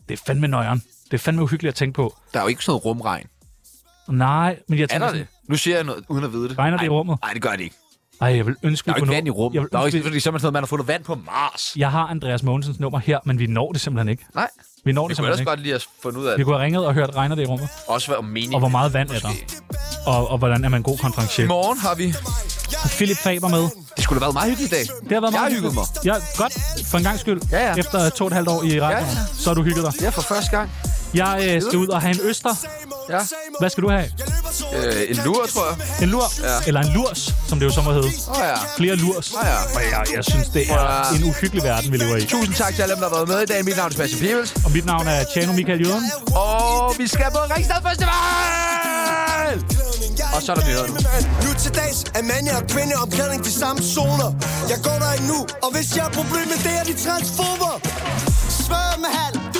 [SPEAKER 4] Det er fandme nøjeren. Det er fandme uhyggeligt at tænke på.
[SPEAKER 3] Der er jo ikke sådan noget rumregn.
[SPEAKER 4] Nej, men jeg
[SPEAKER 3] Er
[SPEAKER 4] tænker...
[SPEAKER 3] der det? Nu siger jeg noget, uden at vide det.
[SPEAKER 4] Regner det i
[SPEAKER 3] Ej,
[SPEAKER 4] rummet?
[SPEAKER 3] Nej, det gør det ikke.
[SPEAKER 4] Ej, jeg vil ønske,
[SPEAKER 3] Der er
[SPEAKER 4] vi
[SPEAKER 3] jo ikke
[SPEAKER 4] kunne
[SPEAKER 3] vand i
[SPEAKER 4] nå-
[SPEAKER 3] rummet.
[SPEAKER 4] Jeg, vil
[SPEAKER 3] Der er jo ikke,
[SPEAKER 4] ønske,
[SPEAKER 3] fordi sådan noget, man har fundet vand på Mars.
[SPEAKER 4] vi- jeg har Andreas Mogensens nummer her, men vi når det simpelthen ikke.
[SPEAKER 3] Nej.
[SPEAKER 4] Vi når
[SPEAKER 3] Vi
[SPEAKER 4] det
[SPEAKER 3] kunne ellers
[SPEAKER 4] simpelthen ikke.
[SPEAKER 3] godt lige have fundet ud af
[SPEAKER 4] Vi
[SPEAKER 3] det.
[SPEAKER 4] kunne have ringet og hørt, regner det i rummet?
[SPEAKER 3] Også hvad om meningen.
[SPEAKER 4] Og hvor meget vand er der? Og, og hvordan er man en god
[SPEAKER 3] I
[SPEAKER 4] konferencier?
[SPEAKER 3] morgen har vi...
[SPEAKER 4] Philip Faber med.
[SPEAKER 3] Det skulle da været en meget hyggelig i dag.
[SPEAKER 4] Det har været
[SPEAKER 3] jeg
[SPEAKER 4] meget
[SPEAKER 3] har hygget mig.
[SPEAKER 4] Ja, godt. For en gang skyld.
[SPEAKER 3] Ja, ja.
[SPEAKER 4] Efter to og et halvt år i radioen,
[SPEAKER 3] Ja,
[SPEAKER 4] så har du hygget dig.
[SPEAKER 3] Ja, for første gang.
[SPEAKER 4] Jeg øh, skal ud og have en øster.
[SPEAKER 3] Ja.
[SPEAKER 4] Hvad skal du have?
[SPEAKER 3] Øh, en lur, tror jeg.
[SPEAKER 4] En lur? Ja. Eller en lurs, som det jo så må hedde.
[SPEAKER 3] Åh oh, ja.
[SPEAKER 4] Flere lurs.
[SPEAKER 3] Åh oh, ja.
[SPEAKER 4] Jeg, jeg synes, det er
[SPEAKER 3] Ja.
[SPEAKER 4] en uhyggelig verden, vi lever i.
[SPEAKER 3] Tusind tak til alle dem, der har været med i dag. Mit navn er Sebastian Pibels.
[SPEAKER 4] Og mit navn er Tjano Michael Jørgen.
[SPEAKER 3] Og vi skal på Ringsted Festival! Og så er der nyheder nu.
[SPEAKER 9] Nu til dags er mand og kvinde omklædning til samme zoner. Jeg går der endnu, og hvis jeg har problemer, det er de transformer. Svær med halv,